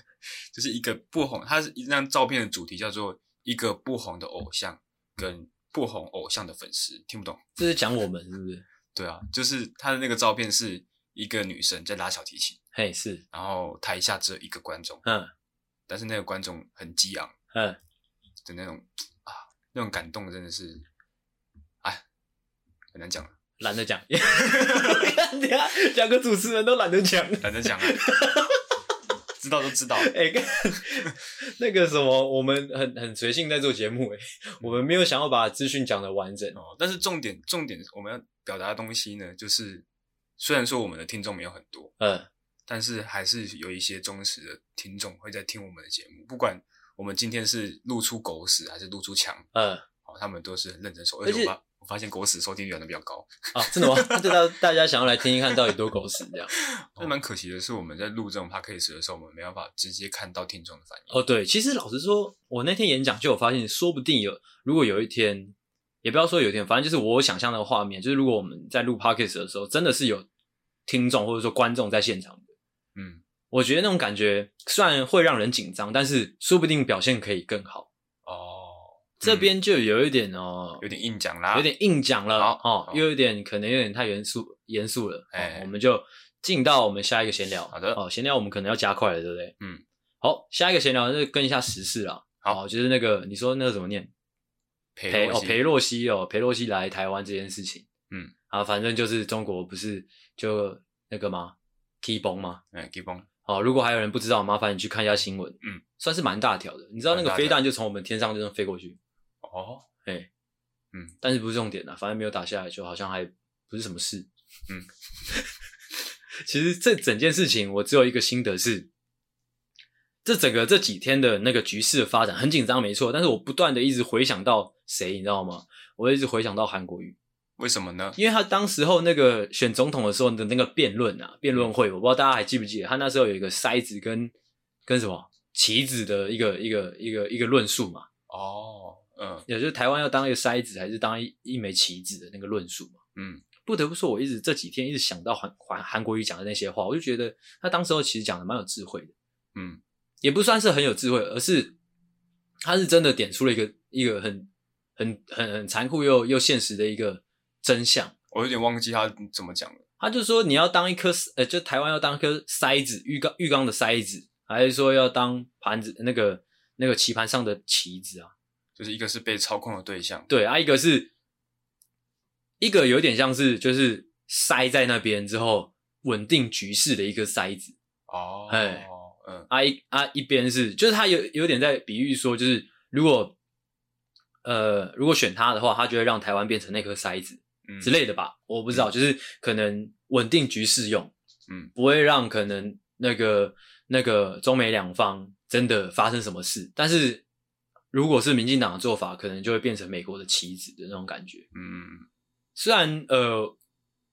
[SPEAKER 1] 就是一个不红，它是一张照片的主题叫做一个不红的偶像跟不红偶像的粉丝，听不懂。
[SPEAKER 2] 这是讲我们是不是？
[SPEAKER 1] 对啊，就是他的那个照片是一个女生在拉小提琴，
[SPEAKER 2] 嘿，是，
[SPEAKER 1] 然后台下只有一个观众，
[SPEAKER 2] 嗯
[SPEAKER 1] 但是那个观众很激昂
[SPEAKER 2] 嗯，
[SPEAKER 1] 的那种啊，那种感动真的是，哎，很难讲了，
[SPEAKER 2] 懒得讲。 *laughs* 看等一下讲个主持人都懒得讲。
[SPEAKER 1] 很难讲了，啊知道都知道，
[SPEAKER 2] 哎、看那个什么，我们很很随性在做节目、哎，
[SPEAKER 1] 嗯
[SPEAKER 2] 我们没有想要把资讯讲的完整。
[SPEAKER 1] 哦，但是重点重点我们要表达的东西呢，就是虽然说我们的听众没有很多，
[SPEAKER 2] 嗯，
[SPEAKER 1] 但是还是有一些忠实的听众会在听我们的节目，不管我们今天是露出狗屎还是露出墙，
[SPEAKER 2] 嗯，
[SPEAKER 1] 哦，他们都是很认真收，
[SPEAKER 2] 而
[SPEAKER 1] 而
[SPEAKER 2] 且
[SPEAKER 1] 且我发我发现狗屎收听率好像比较高，
[SPEAKER 2] 啊，真的吗？ *laughs* 那大家大家想要来听一看到底多狗屎这样？
[SPEAKER 1] 但蛮可惜的是，我们在录这种 podcast 的时候，我们没办法直接看到听众的反应。
[SPEAKER 2] 哦，对，其实老实说，我那天演讲就有发现，说不定有，如果有一天，也不要说有一天，反正就是我想象的画面，就是如果我们在录 podcast 的时候，真的是有听众或者说观众在现场的，
[SPEAKER 1] 嗯，
[SPEAKER 2] 我觉得那种感觉虽然会让人紧张，但是说不定表现可以更好。
[SPEAKER 1] 哦，
[SPEAKER 2] 这边就有一点哦，
[SPEAKER 1] 有点硬讲啦，
[SPEAKER 2] 有点硬讲了
[SPEAKER 1] 啊好
[SPEAKER 2] 哦，
[SPEAKER 1] 好
[SPEAKER 2] 又有点可能有点太严肃严肃了，
[SPEAKER 1] 哎
[SPEAKER 2] 哦我们就进到我们下一个闲聊。
[SPEAKER 1] 好的
[SPEAKER 2] 哦，闲聊我们可能要加快了，对不对？
[SPEAKER 1] 嗯，
[SPEAKER 2] 好，下一个闲聊就是跟一下时事啦。
[SPEAKER 1] 好
[SPEAKER 2] 哦就是那个你说那个怎么念？裴
[SPEAKER 1] 陪
[SPEAKER 2] 哦，裴洛西哦，裴洛西来台湾这件事情，
[SPEAKER 1] 嗯，
[SPEAKER 2] 啊，反正就是中国不是就那个吗？K 崩吗？
[SPEAKER 1] 哎 k e e p on，
[SPEAKER 2] 哦，如果还有人不知道，麻烦你去看一下新闻，
[SPEAKER 1] 嗯，
[SPEAKER 2] 算是蛮大条的。你知道
[SPEAKER 1] 蛮
[SPEAKER 2] 那个
[SPEAKER 1] 大
[SPEAKER 2] 飞
[SPEAKER 1] 条
[SPEAKER 2] 弹就从我们天上就这样飞过去，
[SPEAKER 1] 哦，
[SPEAKER 2] 哎，
[SPEAKER 1] 嗯，
[SPEAKER 2] 但是不是重点啦，啊反正没有打下来，就好像还不是什么事。
[SPEAKER 1] 嗯，
[SPEAKER 2] *laughs* 其实这整件事情，我只有一个心得是，这整个这几天的那个局势的发展很紧张，没错。但是我不断的一直回想到谁，你知道吗？我一直回想到韩国瑜，
[SPEAKER 1] 为什么呢？
[SPEAKER 2] 因为他当时候那个选总统的时候的那个辩论啊，辩论会，我不知道大家还记不记得，他那时候有一个筛子跟跟什么棋子的一个一个一个一个论述嘛。
[SPEAKER 1] 哦，嗯
[SPEAKER 2] 也就是台湾要当一个筛子还是当一一枚棋子的那个论述嘛。
[SPEAKER 1] 嗯，
[SPEAKER 2] 不得不说，我一直这几天一直想到韩韩韩国瑜讲的那些话，我就觉得他当时候其实讲的蛮有智慧的，
[SPEAKER 1] 嗯
[SPEAKER 2] 也不算是很有智慧，而是他是真的点出了一个一个很很很很残酷又又现实的一个真相。
[SPEAKER 1] 我有点忘记他怎么讲了。
[SPEAKER 2] 他就说你要当一颗，呃，就台湾要当一颗筛子，浴缸浴缸的筛子，还是说要当盘子那个那个棋盘上的棋子啊？
[SPEAKER 1] 就是一个是被操控的对象，
[SPEAKER 2] 对啊，一个是一个有点像是就是塞在那边之后稳定局势的一个塞子
[SPEAKER 1] 哦，
[SPEAKER 2] 哎
[SPEAKER 1] 嗯，
[SPEAKER 2] 啊一啊一边是就是他有有点在比喻说，就是如果呃如果选他的话，他就会让台湾变成那颗塞子
[SPEAKER 1] 嗯
[SPEAKER 2] 之类的吧，我不知道，就是可能稳定局势用，
[SPEAKER 1] 嗯，
[SPEAKER 2] 不会让可能那个那个中美两方真的发生什么事，但是。如果是民进党的做法，可能就会变成美国的棋子的那种感觉。
[SPEAKER 1] 嗯，
[SPEAKER 2] 虽然呃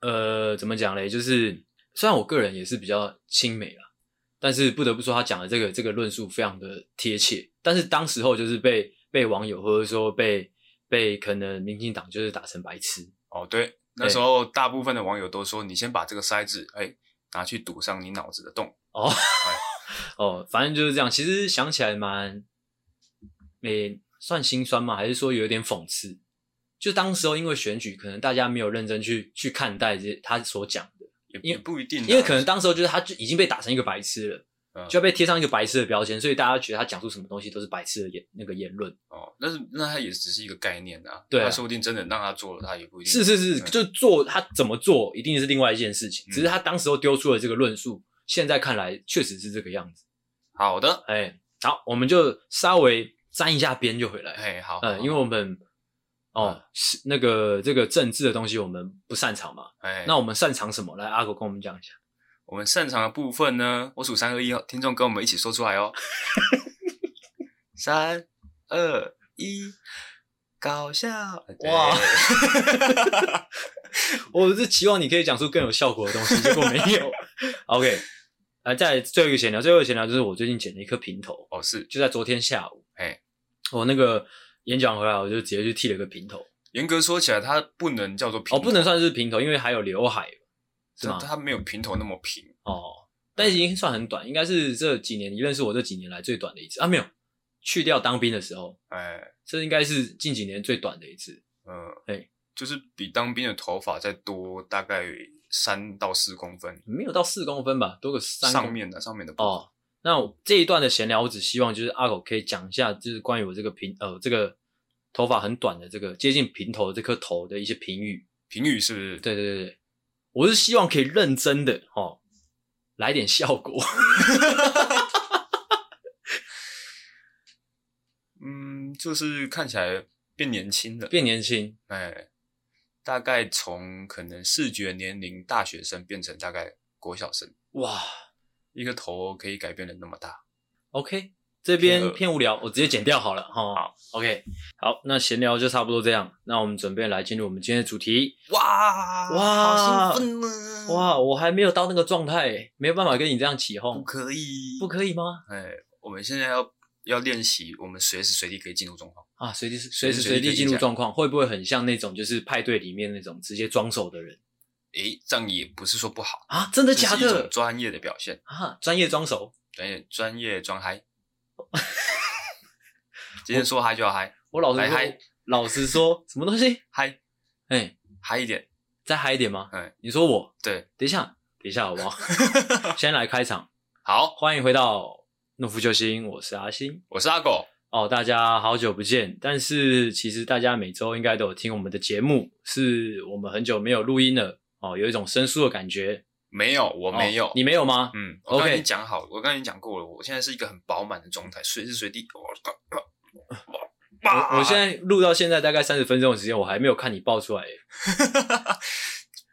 [SPEAKER 2] 呃怎么讲嘞，就是虽然我个人也是比较亲美啦，但是不得不说他讲的这个这个论述非常的贴切。但是当时候就是被被网友或者说被被可能民进党就是打成白痴，
[SPEAKER 1] 哦，对，那时候大部分的网友都说，你先把这个筛子，哎，拿去堵上你脑子的洞，
[SPEAKER 2] *laughs* 哦，反正就是这样。其实想起来蛮，诶、算心酸吗？还是说有点讽刺？就当时候因为选举，可能大家没有认真去去看待这他所讲的。
[SPEAKER 1] 也
[SPEAKER 2] 因为
[SPEAKER 1] 也不一定啊，
[SPEAKER 2] 因为可能当时候就是他就已经被打成一个白痴了，
[SPEAKER 1] 嗯
[SPEAKER 2] 就要被贴上一个白痴的标签，所以大家觉得他讲出什么东西都是白痴的言那个言论。
[SPEAKER 1] 哦，但是那他也只是一个概念啊，
[SPEAKER 2] 对啊
[SPEAKER 1] 他说不定真的让他做了，他也不一定
[SPEAKER 2] 是是是，
[SPEAKER 1] 嗯
[SPEAKER 2] 就做他怎么做一定是另外一件事情，
[SPEAKER 1] 嗯
[SPEAKER 2] 只是他当时候丢出了这个论述，现在看来确实是这个样子。
[SPEAKER 1] 好的，
[SPEAKER 2] 哎，好，我们就稍微沾一下边就回来。
[SPEAKER 1] 哎，好，好嗯
[SPEAKER 2] 嗯，因为我们哦是那个这个政治的东西我们不擅长嘛，
[SPEAKER 1] 哎，
[SPEAKER 2] 那我们擅长什么？来，阿狗跟我们讲一下。
[SPEAKER 1] 我们擅长的部分呢，我数三二一哦，听众跟我们一起说出来哦。三二一，搞笑！
[SPEAKER 2] 哇，我是期望你可以讲出更有效果的
[SPEAKER 1] *laughs*
[SPEAKER 2] 东西，结果没有。OK，啊，再来最后一个闲聊，最后一个闲聊就是我最近剪了一颗平头，
[SPEAKER 1] 哦是，
[SPEAKER 2] 就在昨天下午，
[SPEAKER 1] 哎，
[SPEAKER 2] 我那个演讲回来，我就直接去剃了个平头。
[SPEAKER 1] 严格说起来，它不能叫做平头，
[SPEAKER 2] 哦，不能算是平头，因为还有刘海，是
[SPEAKER 1] 它
[SPEAKER 2] 吗？
[SPEAKER 1] 它没有平头那么平，
[SPEAKER 2] 哦，但已经算很短，应该是这几年你认识我这几年来最短的一次啊，没有，去掉当兵的时候，
[SPEAKER 1] 哎，
[SPEAKER 2] 这应该是近几年最短的一次。
[SPEAKER 1] 嗯，
[SPEAKER 2] 哎，
[SPEAKER 1] 就是比当兵的头发再多大概三到四公分，
[SPEAKER 2] 没有到四公分吧，多个三公
[SPEAKER 1] 上面的上面的部分
[SPEAKER 2] 哦，那我这一段的闲聊，我只希望就是阿狗可以讲一下，就是关于我这个平呃这个头发很短的这个接近平头的这颗头的一些评语。
[SPEAKER 1] 评语是不是？
[SPEAKER 2] 对对对对，我是希望可以认真的哦，来点效果。 *laughs*
[SPEAKER 1] 嗯，就是看起来变年轻了，
[SPEAKER 2] 变年轻，
[SPEAKER 1] 哎，大概从可能视觉年龄大学生变成大概国小生，
[SPEAKER 2] 哇
[SPEAKER 1] 一个头可以改变的那么大。
[SPEAKER 2] ，OK，这
[SPEAKER 1] 偏
[SPEAKER 2] 边
[SPEAKER 1] 恶
[SPEAKER 2] 偏无聊，我直接剪掉好了哈。好，OK，好，那闲聊就差不多这样，那我们准备来进入我们今天的主题。
[SPEAKER 1] 哇
[SPEAKER 2] 哇
[SPEAKER 1] 好兴奋啊！，
[SPEAKER 2] 哇，我还没有到那个状态，没有办法跟你这样起
[SPEAKER 1] 不
[SPEAKER 2] 哄，
[SPEAKER 1] 可以，
[SPEAKER 2] 不可以吗？
[SPEAKER 1] 哎，我们现在要要练习，我们随时随地可以进入状况。
[SPEAKER 2] 啊，随地随时随地进入状况，会不会很像那种就是派对里面那种直接装手的人
[SPEAKER 1] 诶，这样也不是说不好，
[SPEAKER 2] 啊？真的
[SPEAKER 1] 这是
[SPEAKER 2] 假
[SPEAKER 1] 一种
[SPEAKER 2] 的
[SPEAKER 1] 专业的表现，
[SPEAKER 2] 啊？专业装手，
[SPEAKER 1] 专业专业装
[SPEAKER 2] *laughs*
[SPEAKER 1] 嗨。今天说嗨就要嗨，
[SPEAKER 2] 我老实
[SPEAKER 1] 来
[SPEAKER 2] 说
[SPEAKER 1] 嗨，
[SPEAKER 2] 老实说，什么东西？
[SPEAKER 1] 嗨
[SPEAKER 2] 哎、
[SPEAKER 1] 嗨一点，
[SPEAKER 2] 再嗨一点吗？
[SPEAKER 1] 哎，
[SPEAKER 2] 你说我，
[SPEAKER 1] 对，
[SPEAKER 2] 等一下，等一下好不
[SPEAKER 1] *laughs*
[SPEAKER 2] 好？先来开场，
[SPEAKER 1] 好，
[SPEAKER 2] 欢迎回到《诺夫救星》，我是阿星。
[SPEAKER 1] 我是阿狗，
[SPEAKER 2] 哦，大家好久不见！但是其实大家每周应该都有听我们的节目，是我们很久没有录音了哦，有一种生疏的感觉。
[SPEAKER 1] 没有，我
[SPEAKER 2] 我
[SPEAKER 1] 没有，
[SPEAKER 2] 哦你没有吗？
[SPEAKER 1] 嗯，我刚
[SPEAKER 2] OK
[SPEAKER 1] 跟你讲好，我刚跟你讲过了，我现在是一个很饱满的状态，随时随地。啊
[SPEAKER 2] 我我现在录到现在大概三十分钟的时间，我还没有看你爆出来耶。
[SPEAKER 1] 在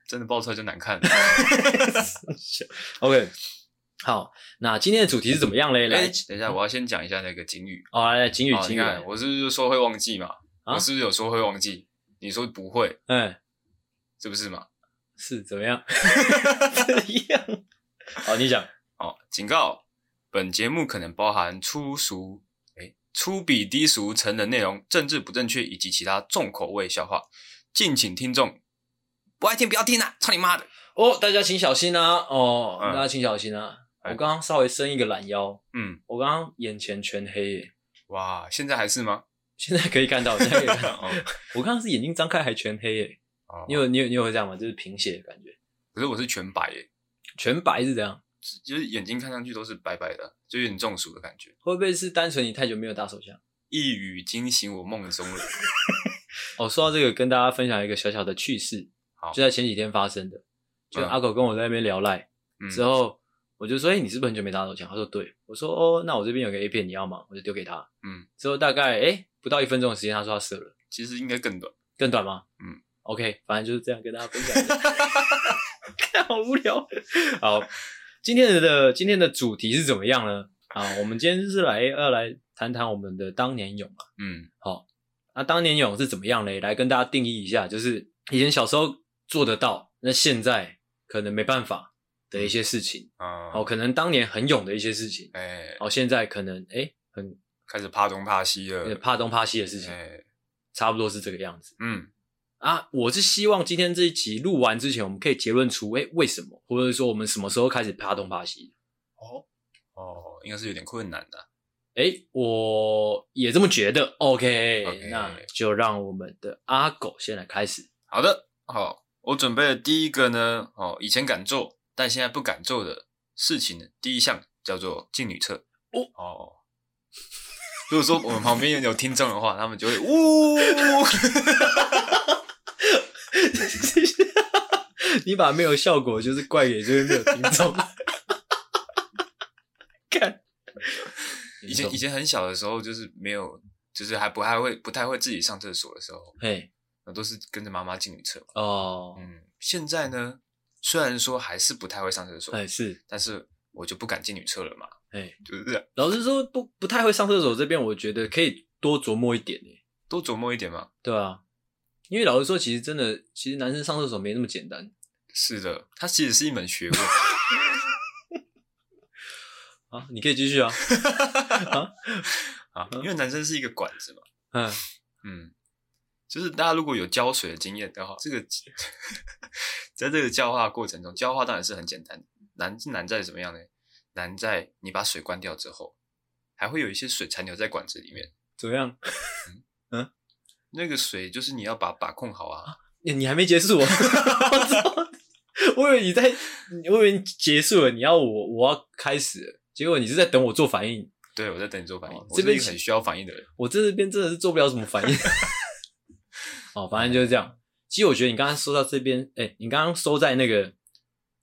[SPEAKER 1] 真的爆出来就难看。
[SPEAKER 2] *laughs* OK，好，那今天的主题是怎么样嘞？来，
[SPEAKER 1] 哎，等一下，我要先讲一下那个警语。
[SPEAKER 2] 哦，来来，警语
[SPEAKER 1] 哦，
[SPEAKER 2] 警
[SPEAKER 1] 你
[SPEAKER 2] 语，
[SPEAKER 1] 看，我是不是说会忘记嘛？
[SPEAKER 2] 啊
[SPEAKER 1] 我是不是有说会忘记？你说不会，
[SPEAKER 2] 哎，
[SPEAKER 1] 是不是嘛？
[SPEAKER 2] 是怎么
[SPEAKER 1] *laughs*
[SPEAKER 2] 样？怎样？好，你讲，
[SPEAKER 1] 哦，警告，本节目可能包含粗俗、哎粗鄙、低俗、成人内容、政治不正确以及其他重口味笑话，敬请听众不爱听不要听啊！操你妈的！
[SPEAKER 2] 哦，大家请小心啊！哦，
[SPEAKER 1] 嗯
[SPEAKER 2] 大家请小心啊！我
[SPEAKER 1] 哎
[SPEAKER 2] 刚刚稍微伸一个懒腰，
[SPEAKER 1] 嗯，
[SPEAKER 2] 我刚刚眼前全黑耶。
[SPEAKER 1] 哇，现在还是吗？
[SPEAKER 2] 现在可以看到，现在可以看到。
[SPEAKER 1] *laughs* 哦
[SPEAKER 2] 我刚刚是眼睛张开还全黑耶，
[SPEAKER 1] 哦
[SPEAKER 2] 你有你有你有这样吗？就是贫血的感觉，
[SPEAKER 1] 可是我是全白耶，
[SPEAKER 2] 全白是这样。
[SPEAKER 1] 就是眼睛看上去都是白白的，就有点中暑的感觉。
[SPEAKER 2] 会不会是单纯你太久没有打手枪？
[SPEAKER 1] 一语惊醒我梦中人，
[SPEAKER 2] 哦，说到这个，跟大家分享一个小小的趣事，
[SPEAKER 1] 好
[SPEAKER 2] 就在前几天发生的。就
[SPEAKER 1] 嗯
[SPEAKER 2] 阿狗跟我在那边聊赖、
[SPEAKER 1] 嗯，
[SPEAKER 2] 之后，我就说：“哎、你是不是很久没打手枪？”他说：“对。”我说：“哦，那我这边有个 A 片，你要吗？”我就丢给他。
[SPEAKER 1] 嗯，
[SPEAKER 2] 之后大概哎、不到一分钟的时间，他说他射了，
[SPEAKER 1] 其实应该更短。
[SPEAKER 2] 更短吗？
[SPEAKER 1] 嗯
[SPEAKER 2] ，OK，反正就是这样跟大家分
[SPEAKER 1] *laughs*
[SPEAKER 2] 享一下。看，好无聊。好，今天的今天的主题是怎么样呢？啊，我们今天是来要来谈谈我们的当年勇。
[SPEAKER 1] 嗯
[SPEAKER 2] 那当年勇是怎么样嘞？来跟大家定义一下，就是以前小时候做得到，那现在可能没办法的
[SPEAKER 1] 嗯
[SPEAKER 2] 一些事情，
[SPEAKER 1] 啊，
[SPEAKER 2] 哦，可能当年很勇的一些事情，
[SPEAKER 1] 哎，
[SPEAKER 2] 哦，现在可能哎很
[SPEAKER 1] 开始怕东怕西了
[SPEAKER 2] 呃。怕东怕西的事情，
[SPEAKER 1] 哎，
[SPEAKER 2] 差不多是这个样子
[SPEAKER 1] 嗯，
[SPEAKER 2] 啊。我是希望今天这一集录完之前，我们可以结论出，哎，为什么，或者说我们什么时候开始怕东怕西？
[SPEAKER 1] 哦哦，应该是有点困难的。
[SPEAKER 2] 哎，我也这么觉得。OK，,
[SPEAKER 1] OK
[SPEAKER 2] 那就让我们的阿狗先来开始。
[SPEAKER 1] 好的，好，我准备的第一个呢，哦，以前敢做，但现在不敢做的事情呢，第一项叫做进女厕。
[SPEAKER 2] 哦
[SPEAKER 1] 哦， *laughs* 如果说我们旁边有听众的话，他们就会呜，
[SPEAKER 2] 你把没有效果就是怪给这边没有听众。看，
[SPEAKER 1] 以前以前很小的时候，就是没有，就是还不太会不太会自己上厕所的时候，
[SPEAKER 2] 嘿
[SPEAKER 1] 那都是跟着妈妈进女厕嘛。
[SPEAKER 2] 哦，
[SPEAKER 1] 嗯，现在呢，虽然说还是不太会上厕所，
[SPEAKER 2] 哎是
[SPEAKER 1] 但是我就不敢进女厕了嘛，
[SPEAKER 2] 哎，
[SPEAKER 1] 就是这样，
[SPEAKER 2] 老实说不不太会上厕所这边，我觉得可以多琢磨一点耶
[SPEAKER 1] 多琢磨一点嘛。
[SPEAKER 2] 对啊，因为老实说，其实真的，其实男生上厕所没那么简单
[SPEAKER 1] 是的，它其实是一门学
[SPEAKER 2] *laughs*
[SPEAKER 1] 问。
[SPEAKER 2] 啊。你可以继续啊，
[SPEAKER 1] 啊，因为男生是一个管子嘛，
[SPEAKER 2] 嗯，
[SPEAKER 1] 嗯，就是大家如果有浇水的经验的话，这个 *laughs* 在这个浇化过程中，浇化当然是很简单，难是难在怎么样呢？难在你把水关掉之后，还会有一些水残留在管子里面，
[SPEAKER 2] 怎么样？
[SPEAKER 1] 那个水就是你要把把控好啊，
[SPEAKER 2] 你你还没结
[SPEAKER 1] *laughs*
[SPEAKER 2] 束、啊，我操我以为你在，我以为你结束了，你要我我要开始了，结果你是在等我做反应。
[SPEAKER 1] 对我在等你做反应，
[SPEAKER 2] 哦
[SPEAKER 1] 我
[SPEAKER 2] 这
[SPEAKER 1] 是
[SPEAKER 2] 边
[SPEAKER 1] 一个很需要反应的人，
[SPEAKER 2] 我这边真的是做不了什么反应。 *laughs* 哦，反正就是这样。其实我觉得你刚刚说到这边，哎、你刚刚收在那个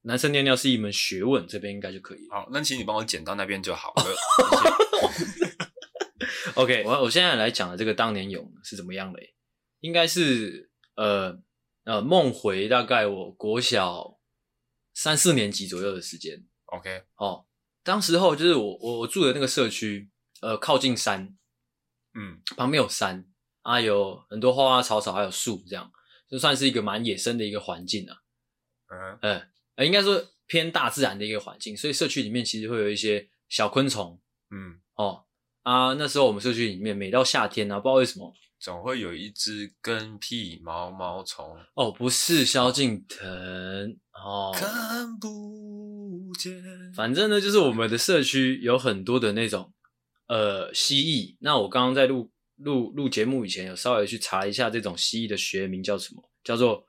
[SPEAKER 2] 男生尿尿是一门学问，这边应该就可以了。
[SPEAKER 1] 好，那请你帮我剪到那边就好了，
[SPEAKER 2] *laughs* OK，我我现在来讲的这个当年勇是怎么样的、应该是呃呃梦回大概我国小三四年级左右的时间
[SPEAKER 1] OK，
[SPEAKER 2] 哦。当时候就是我我我住的那个社区，呃，靠近山，
[SPEAKER 1] 嗯
[SPEAKER 2] 旁边有山啊，有很多花花草草，还有树，这样就算是一个蛮野生的一个环境啊。
[SPEAKER 1] 嗯
[SPEAKER 2] 嗯，呃应该说偏大自然的一个环境，所以社区里面其实会有一些小昆虫
[SPEAKER 1] 嗯，
[SPEAKER 2] 哦。啊，那时候我们社区里面每到夏天啊，不知道为什么
[SPEAKER 1] 总会有一只跟屁毛毛虫。
[SPEAKER 2] 哦，不是萧敬腾哦，
[SPEAKER 1] 看不见。
[SPEAKER 2] 反正呢，就是我们的社区有很多的那种呃蜥蜴。那我刚刚在录录录节目以前，有稍微去查一下这种蜥蜴的学名叫什么，叫做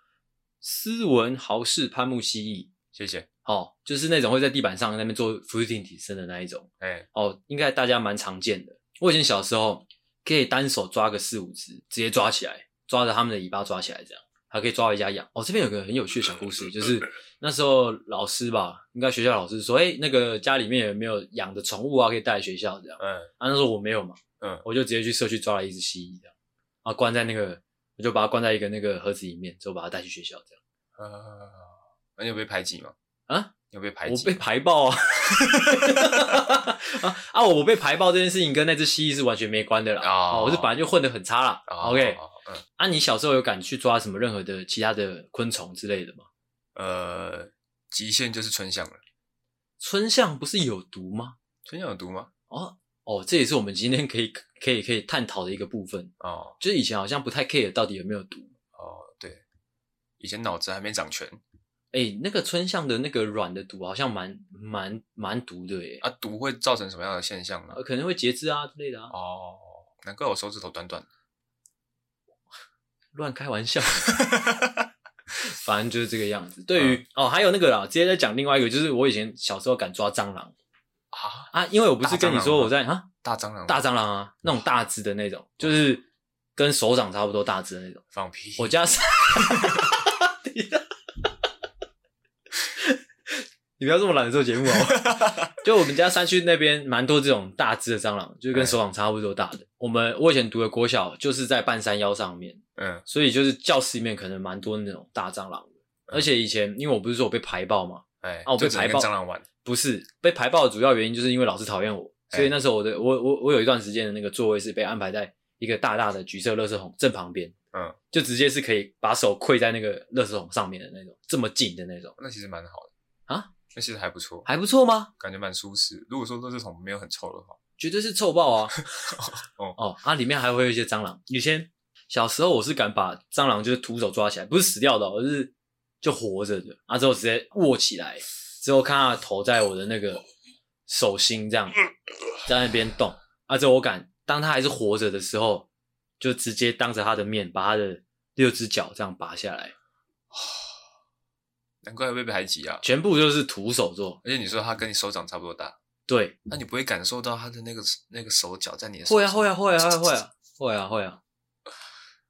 [SPEAKER 2] 斯文豪氏攀木蜥蜴。
[SPEAKER 1] 谢谢。
[SPEAKER 2] 哦，就是那种会在地板上那边做俯卧撑挺身的那一种。
[SPEAKER 1] 哎、
[SPEAKER 2] 哦，应该大家蛮常见的。我以前小时候可以单手抓个四五只，直接抓起来，抓着它们的尾巴抓起来，这样还可以抓回家养。哦，这边有个很有趣的小故事，就是那时候老师吧，应该学校老师说，哎、那个家里面有没有养的宠物啊，可以带来学校这样。
[SPEAKER 1] 嗯，
[SPEAKER 2] 啊，那时候我没有嘛，
[SPEAKER 1] 嗯
[SPEAKER 2] 我就直接去社区抓了一只蜥蜴这样，啊，关在那个，我就把它关在一个那个盒子里面，之后把它带去学校这样。
[SPEAKER 1] 呃，那你有被排挤吗？
[SPEAKER 2] 啊，
[SPEAKER 1] 你有被排
[SPEAKER 2] 我
[SPEAKER 1] 挤？
[SPEAKER 2] 被排爆啊！ *laughs* 啊啊！我被排爆这件事情跟那只蜥蜴是完全没关的啦。
[SPEAKER 1] 哦
[SPEAKER 2] 哦，我是本来就混得很差啦。
[SPEAKER 1] 哦
[SPEAKER 2] OK，
[SPEAKER 1] 哦嗯
[SPEAKER 2] 啊，你小时候有敢去抓什么任何的其他的昆虫之类的吗？
[SPEAKER 1] 呃，极限就是春象了。
[SPEAKER 2] 春象不是有毒吗？
[SPEAKER 1] 春象有毒吗？
[SPEAKER 2] 哦哦，这也是我们今天可以可以可以探讨的一个部分，
[SPEAKER 1] 哦
[SPEAKER 2] 就是以前好像不太 care 到底有没有毒。
[SPEAKER 1] 哦，对，以前脑子还没长全
[SPEAKER 2] 哎、那个春象的那个软的毒好像蛮蛮蛮毒的耶，
[SPEAKER 1] 啊，毒会造成什么样的现象呢
[SPEAKER 2] 呃？可能会截肢啊之类的啊。
[SPEAKER 1] 哦，难怪我手指头短短的。
[SPEAKER 2] 乱开玩笑，反正就是这个样子。对于、哦，还有那个啦，直接在讲另外一个，就是我以前小时候敢抓蟑螂
[SPEAKER 1] 啊，
[SPEAKER 2] 啊，因为我不是跟你说我在啊
[SPEAKER 1] 大蟑螂，
[SPEAKER 2] 大蟑螂啊那种大只的那种，就是跟手掌差不多大只的那种。
[SPEAKER 1] 放屁！
[SPEAKER 2] 我家是，你不要这么懒得做节目哦。就我们家山区那边蛮多这种大只的蟑螂，就是跟手掌差不多大的。我们我以前读的国小就是在半山腰上面，
[SPEAKER 1] 嗯
[SPEAKER 2] 所以就是教室里面可能蛮多那种大蟑螂的。
[SPEAKER 1] 嗯
[SPEAKER 2] 而且以前因为我不是说我被排爆嘛，
[SPEAKER 1] 哎，
[SPEAKER 2] 啊我被
[SPEAKER 1] 就只能
[SPEAKER 2] 排
[SPEAKER 1] 跟
[SPEAKER 2] 爆
[SPEAKER 1] 蟑螂玩，
[SPEAKER 2] 不是被排爆的主要原因就是因为老师讨厌我，
[SPEAKER 1] 哎
[SPEAKER 2] 所以那时候我的我我我有一段时间的那个座位是被安排在一个大大的橘色垃圾桶正旁边，
[SPEAKER 1] 嗯，
[SPEAKER 2] 就直接是可以把手跪在那个垃圾桶上面的那种，这么近的那种，
[SPEAKER 1] 那其实蛮好的
[SPEAKER 2] 啊，
[SPEAKER 1] 那其实还不错，
[SPEAKER 2] 还不错吗？
[SPEAKER 1] 感觉蛮舒适。如果说垃圾桶没有很臭的话，
[SPEAKER 2] 绝对是臭爆啊！
[SPEAKER 1] 哦
[SPEAKER 2] 哦啊，里面还会有一些蟑螂。以前小时候我是敢把蟑螂就是徒手抓起来，不是死掉的哦，而是就活着的啊，之后直接握起来，之后看它的头在我的那个手心这样在那边动啊，之后我敢当它还是活着的时候，就直接当着它的面把它的六只脚这样拔下来，
[SPEAKER 1] 难怪会被排挤啊。
[SPEAKER 2] 全部就是徒手做。
[SPEAKER 1] 而且你说它跟你手掌差不多大，
[SPEAKER 2] 对，
[SPEAKER 1] 那你不会感受到它的那个那个手脚在你的手
[SPEAKER 2] 会啊
[SPEAKER 1] 上
[SPEAKER 2] 会啊会啊会啊会啊会啊会啊，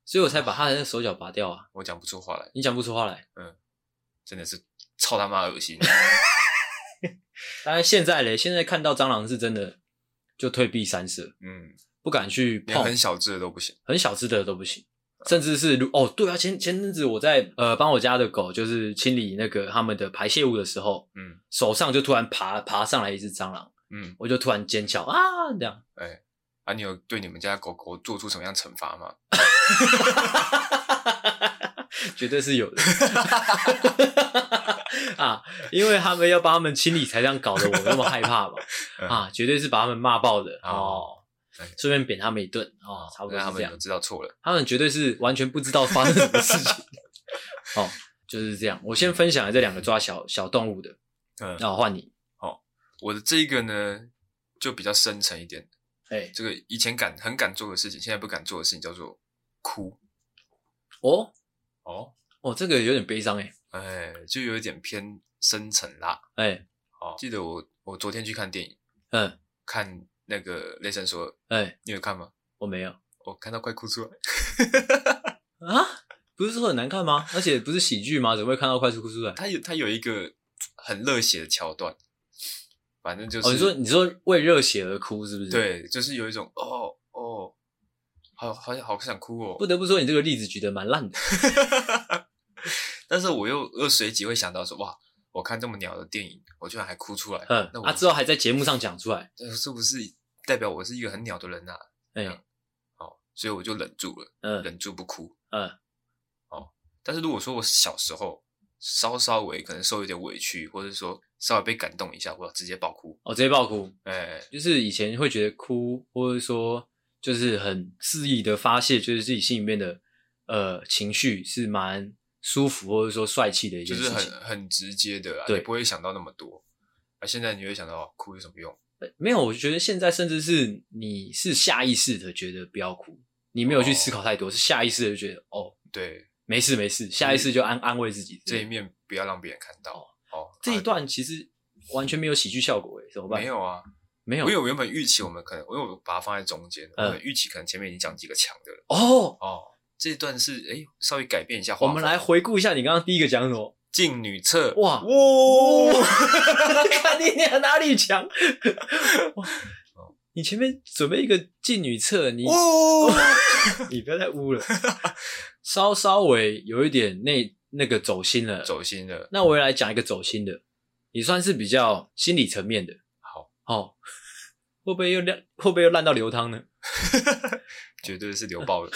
[SPEAKER 2] 所以我才把它的那个手脚拔掉啊。
[SPEAKER 1] 我讲不出话来，
[SPEAKER 2] 你讲不出话来。
[SPEAKER 1] 真的是操他妈恶心。
[SPEAKER 2] 当然现在嘞，现在看到蟑螂是真的就退避三舍，
[SPEAKER 1] 嗯，
[SPEAKER 2] 不敢去碰，
[SPEAKER 1] 连很
[SPEAKER 2] 很
[SPEAKER 1] 小只的都不行。
[SPEAKER 2] 小只的都不行，甚至是如哦对啊，前前阵子我在呃帮我家的狗就是清理那个它们的排泄物的时候，
[SPEAKER 1] 嗯
[SPEAKER 2] 手上就突然爬爬上来一只蟑螂，
[SPEAKER 1] 嗯，
[SPEAKER 2] 我就突然尖叫啊这样，
[SPEAKER 1] 哎，啊，你有对你们家狗狗做出什么样惩罚吗？
[SPEAKER 2] *laughs* 绝对是有的。啊，因为他们要帮他们清理，才这样搞得我那么害怕嘛。
[SPEAKER 1] 嗯
[SPEAKER 2] 啊，绝对是把他们骂爆的哦
[SPEAKER 1] 哦对，
[SPEAKER 2] 顺便扁他们一顿哦，差不多
[SPEAKER 1] 让他
[SPEAKER 2] 是这
[SPEAKER 1] 们
[SPEAKER 2] 样
[SPEAKER 1] 有。知道错了。
[SPEAKER 2] 他们绝对是完全不知道发生什么事情。
[SPEAKER 1] *laughs*
[SPEAKER 2] 哦，就是这样。我先分享这两个抓小小动物的，
[SPEAKER 1] 嗯，
[SPEAKER 2] 那、我换你。
[SPEAKER 1] 我的这一个呢，就比较深沉一点。
[SPEAKER 2] 哎、
[SPEAKER 1] 这个以前敢很敢做的事情，现在不敢做的事情叫做哭。
[SPEAKER 2] 哦
[SPEAKER 1] 哦，
[SPEAKER 2] 哦，这个有点悲伤哎、
[SPEAKER 1] 哎，就有一点偏深沉啦。
[SPEAKER 2] 哎、
[SPEAKER 1] 哦，记得我我昨天去看电影，
[SPEAKER 2] 嗯
[SPEAKER 1] 看那个《雷神索尔》，
[SPEAKER 2] 哎、
[SPEAKER 1] 你有看吗？
[SPEAKER 2] 我没有
[SPEAKER 1] 我看到快哭出来。
[SPEAKER 2] 啊，不是说很难看吗？而且不是喜剧吗？怎么会看到快速哭出来？
[SPEAKER 1] 他有他有一个很热血的桥段，反正就是、
[SPEAKER 2] 哦，你说你说为热血而哭是不是？，
[SPEAKER 1] 对，就是有一种哦哦，好好好想哭哦，
[SPEAKER 2] 不得不说你这个例子举得蛮烂的。
[SPEAKER 1] 但是我又又随即会想到说，哇，我看这么鸟的电影，我居然还哭出来，
[SPEAKER 2] 嗯
[SPEAKER 1] *laughs* 那，我、
[SPEAKER 2] 啊之后还在节目上讲出来，
[SPEAKER 1] 这是不是代表我是一个很鸟的人呐、啊？
[SPEAKER 2] 哎、
[SPEAKER 1] 哦，所以我就忍住了，
[SPEAKER 2] 嗯
[SPEAKER 1] 忍住不哭。
[SPEAKER 2] 嗯
[SPEAKER 1] 但是如果说我小时候稍稍微可能受一点委屈，或者说稍微被感动一下，我直接爆哭，
[SPEAKER 2] 哦我、直接爆哭。
[SPEAKER 1] 哎、
[SPEAKER 2] 就是以前会觉得哭，或者说就是很肆意的发泄，就是自己心里面的呃情绪是蛮舒服，或者说帅气的一
[SPEAKER 1] 就
[SPEAKER 2] 件
[SPEAKER 1] 是
[SPEAKER 2] 事
[SPEAKER 1] 很
[SPEAKER 2] 情。
[SPEAKER 1] 很直接的啦，
[SPEAKER 2] 对
[SPEAKER 1] 你不会想到那么多。啊，现在你会想到、哦哭有什么用？
[SPEAKER 2] 呃没有，我觉得现在甚至是你是下意识的觉得不要哭，你没有去思
[SPEAKER 1] 哦
[SPEAKER 2] 考太多，是下意识的就觉得哦
[SPEAKER 1] 对，
[SPEAKER 2] 没事没事，下意识就安安慰自己。
[SPEAKER 1] 这一面不要让别人看到。哦，
[SPEAKER 2] 这一
[SPEAKER 1] 啊
[SPEAKER 2] 段其实完全没有喜剧效果诶，欸怎么办？
[SPEAKER 1] 没有啊，
[SPEAKER 2] 没有
[SPEAKER 1] 因为我原本预期我们可能，因为我把它放在中间，
[SPEAKER 2] 嗯
[SPEAKER 1] 我们预期可能前面已经讲几个强的了。
[SPEAKER 2] 哦。
[SPEAKER 1] 哦，这一段是哎，稍微改变一下画
[SPEAKER 2] 我
[SPEAKER 1] 风。
[SPEAKER 2] 们来回顾一下你刚刚第一个讲什么？
[SPEAKER 1] 进女厕，
[SPEAKER 2] 哇
[SPEAKER 1] 哇，
[SPEAKER 2] *laughs* 看你俩哪
[SPEAKER 1] *laughs*
[SPEAKER 2] 里强？哇你前面准备一个妓女侧，你
[SPEAKER 1] 哇，
[SPEAKER 2] *laughs* 你不要再污了，稍稍微有一点那那个走心了。
[SPEAKER 1] 走心了。
[SPEAKER 2] 那我也来讲一个走心的，也算是比较心理层面的。
[SPEAKER 1] 好，
[SPEAKER 2] 哦， *laughs* 会不会又烂？会不会又烂到流汤呢？
[SPEAKER 1] 绝对是流爆
[SPEAKER 2] *laughs*
[SPEAKER 1] 了。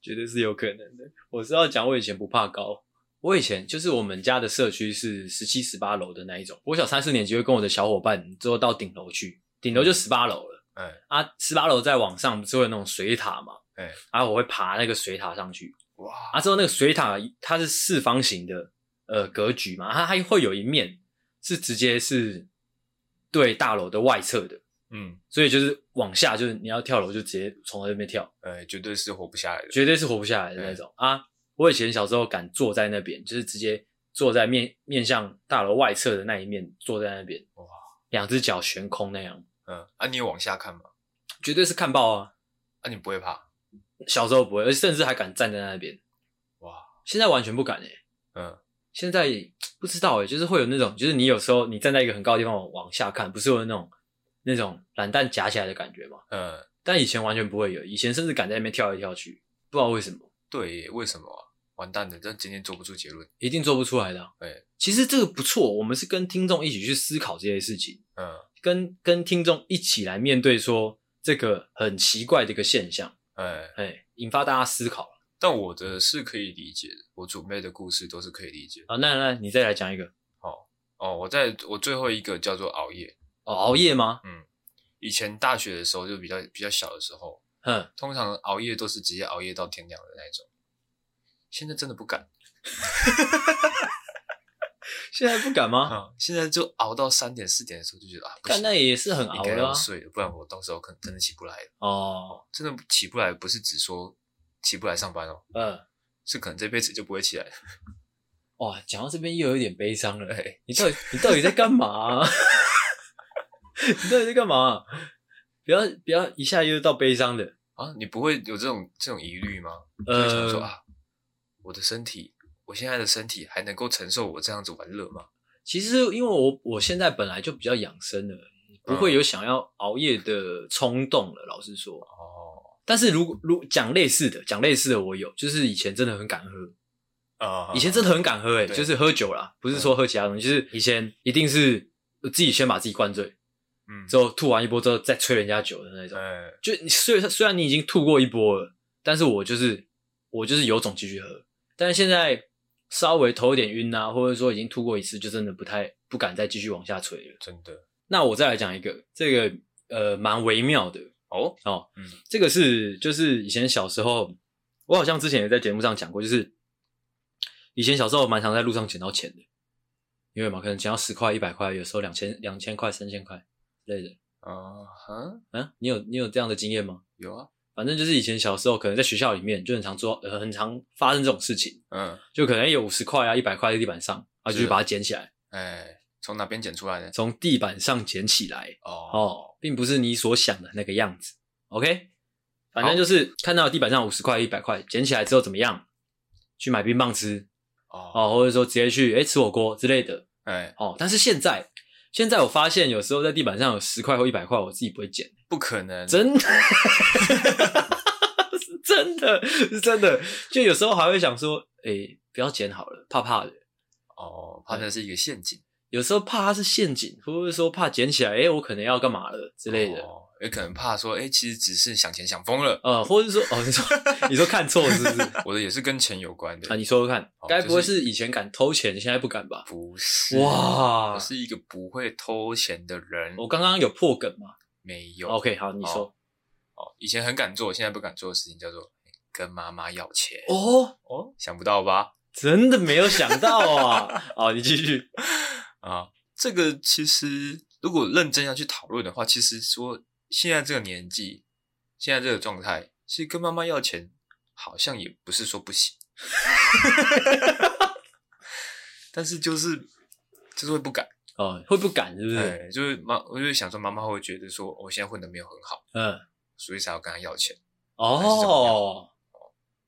[SPEAKER 2] 绝对是有可能的。我是要讲，我以前不怕高，我以前就是我们家的社区是十七、十八楼的那一种。我小三四年级会跟我的小伙伴之后到顶楼去，顶楼就十八楼了。
[SPEAKER 1] 哎
[SPEAKER 2] 啊，十八楼再往上不是会有那种水塔嘛？
[SPEAKER 1] 哎，
[SPEAKER 2] 啊，我会爬那个水塔上去。
[SPEAKER 1] 哇，
[SPEAKER 2] 啊，之后那个水塔它是四方形的呃格局嘛，它它会有一面是直接是对大楼的外侧的，
[SPEAKER 1] 嗯，
[SPEAKER 2] 所以就是往下，就是你要跳楼就直接从那边跳，
[SPEAKER 1] 呃，绝对是活不下来的。
[SPEAKER 2] 绝对是活不下来的那种啊！我以前小时候敢坐在那边，就是直接坐在面面向大楼外侧的那一面，坐在那边，
[SPEAKER 1] 哇，
[SPEAKER 2] 两只脚悬空那样，
[SPEAKER 1] 嗯，啊，你有往下看吗？
[SPEAKER 2] 绝对是看爆啊！
[SPEAKER 1] 啊，你不会怕？
[SPEAKER 2] 小时候不会，而且甚至还敢站在那边，
[SPEAKER 1] 哇，
[SPEAKER 2] 现在完全不敢哎、
[SPEAKER 1] 嗯，
[SPEAKER 2] 现在不知道哎、就是会有那种，就是你有时候你站在一个很高的地方往往下看，不是有那种那种懒蛋夹起来的感觉吗？
[SPEAKER 1] 嗯，
[SPEAKER 2] 但以前完全不会有，以前甚至敢在那边跳来跳去，不知道为什么。
[SPEAKER 1] 对耶，为什么、啊？完蛋了，这今天做不出结论。
[SPEAKER 2] 一定做不出来的、啊。
[SPEAKER 1] 对，
[SPEAKER 2] 其实这个不错，我们是跟听众一起去思考这些事情，
[SPEAKER 1] 嗯
[SPEAKER 2] 跟跟听众一起来面对说这个很奇怪的一个现象，
[SPEAKER 1] 哎，
[SPEAKER 2] 哎，引发大家思考
[SPEAKER 1] 但我的是可以理解的，我准备的故事都是可以理解的。
[SPEAKER 2] 啊。那那你再来讲一个
[SPEAKER 1] 哦，我在我最后一个叫做熬夜。嗯
[SPEAKER 2] 哦，熬夜吗？
[SPEAKER 1] 以前大学的时候就比较比较小的时候，
[SPEAKER 2] 哼，
[SPEAKER 1] 通常熬夜都是直接熬夜到天亮的那一种。现在真的不敢，
[SPEAKER 2] 现在不敢吗？
[SPEAKER 1] 啊、现在就熬到三点四点的时候就觉得啊，不
[SPEAKER 2] 但
[SPEAKER 1] 行，
[SPEAKER 2] 那也是很熬
[SPEAKER 1] 应该
[SPEAKER 2] 的啊
[SPEAKER 1] 要。睡了，不然我到时候可能真的起不来了。
[SPEAKER 2] 哦，
[SPEAKER 1] 真的起不来，不是只说起不来上班哦，
[SPEAKER 2] 嗯，
[SPEAKER 1] 是可能这辈子就不会起来了。
[SPEAKER 2] 哇，讲到这边又有点悲伤了。
[SPEAKER 1] 哎，
[SPEAKER 2] 你到底你到底在干嘛、啊 *laughs* 你到底在干嘛、啊不要不要一下又到悲伤的。
[SPEAKER 1] 啊，你不会有这种这种疑虑吗？就会想说
[SPEAKER 2] 呃，
[SPEAKER 1] 啊，我的身体，我现在的身体还能够承受我这样子玩乐吗？
[SPEAKER 2] 其实因为我我现在本来就比较养生了，不
[SPEAKER 1] 嗯
[SPEAKER 2] 会有想要熬夜的冲动了。老实说，
[SPEAKER 1] 哦，
[SPEAKER 2] 但是如果如讲类似的，讲类似的我有，就是以前真的很敢喝，
[SPEAKER 1] 啊
[SPEAKER 2] 以前真的很敢喝、欸，诶
[SPEAKER 1] 对嗯
[SPEAKER 2] 就是喝酒啦，不是说喝其他东西，就是以前一定是自己先把自己灌醉，
[SPEAKER 1] 嗯，
[SPEAKER 2] 之后吐完一波之后再吹人家酒的那种。
[SPEAKER 1] 哎，
[SPEAKER 2] 就你虽虽然你已经吐过一波了，但是我就是我就是有种继续喝，但是现在稍微头有点晕啊，或者说已经吐过一次，就真的不太不敢再继续往下垂了。
[SPEAKER 1] 真的
[SPEAKER 2] 那我再来讲一个，这个呃蛮微妙的
[SPEAKER 1] 哦，
[SPEAKER 2] 哦，
[SPEAKER 1] 嗯
[SPEAKER 2] 这个是就是以前小时候，我好像之前也在节目上讲过，就是以前小时候蛮常在路上捡到钱的，因为嘛，可能捡到十块、一百块，有时候两千、两千块、三千块之类的。
[SPEAKER 1] 啊哈，
[SPEAKER 2] 啊，你有你有这样的经验吗？
[SPEAKER 1] 有啊，
[SPEAKER 2] 反正就是以前小时候，可能在学校里面就很常做，呃很常发生这种事情，
[SPEAKER 1] 嗯，
[SPEAKER 2] 就可能有五十块啊、一百块在地板上，啊，就是去把它捡起来，
[SPEAKER 1] 哎，从哪边捡出来的？
[SPEAKER 2] 从地板上捡起来，
[SPEAKER 1] 哦
[SPEAKER 2] 哦，并不是你所想的那个样子。OK，反正就是看到地板上五十块、一百块，捡起来之后怎么样？去买冰棒吃
[SPEAKER 1] 哦，
[SPEAKER 2] 哦，或者说直接去诶吃火锅之类的
[SPEAKER 1] 哎，
[SPEAKER 2] 哦。但是现在，现在我发现有时候在地板上有十块或一百块，我自己不会捡，
[SPEAKER 1] 不可能，
[SPEAKER 2] 真的， *laughs* 是真的，是真的。就有时候还会想说，诶、不要捡好了，怕怕的。
[SPEAKER 1] 哦，怕那是一个陷阱
[SPEAKER 2] 有时候怕它是陷阱，或者说怕捡起来，诶、我可能要干嘛了
[SPEAKER 1] 之
[SPEAKER 2] 之类的。
[SPEAKER 1] 哦也可能怕说，哎，其实只是想钱想疯了。
[SPEAKER 2] 呃，或者是说，哦，你
[SPEAKER 1] *laughs*
[SPEAKER 2] 说你说看错是不是？
[SPEAKER 1] 我的也是跟钱有关的
[SPEAKER 2] 啊，你说说看
[SPEAKER 1] 好，
[SPEAKER 2] 该不会
[SPEAKER 1] 就是
[SPEAKER 2] 是以前敢偷钱，现在不敢吧？
[SPEAKER 1] 不是
[SPEAKER 2] 哇
[SPEAKER 1] 我是一个不会偷钱的人，
[SPEAKER 2] 我刚刚有破梗嘛
[SPEAKER 1] 没有。
[SPEAKER 2] ？OK，好，你说。
[SPEAKER 1] 哦，以前很敢做，现在不敢做的事情叫做跟妈妈要钱。
[SPEAKER 2] 哦，
[SPEAKER 1] 哦，想不到吧？
[SPEAKER 2] 真的没有想到
[SPEAKER 1] *laughs*
[SPEAKER 2] 啊！哦，你继续。
[SPEAKER 1] 啊，这个其实如果认真要去讨论的话，其实说现在这个年纪，现在这个状态，其实跟妈妈要钱好像也不是说不行， *laughs* 但是就是就是会不敢，
[SPEAKER 2] 哦，会不敢是不是？
[SPEAKER 1] 对，就是妈，我就想说妈妈会觉得说我现在混的没有很好，
[SPEAKER 2] 嗯，
[SPEAKER 1] 所以才要跟她要钱。是怎么
[SPEAKER 2] 哦，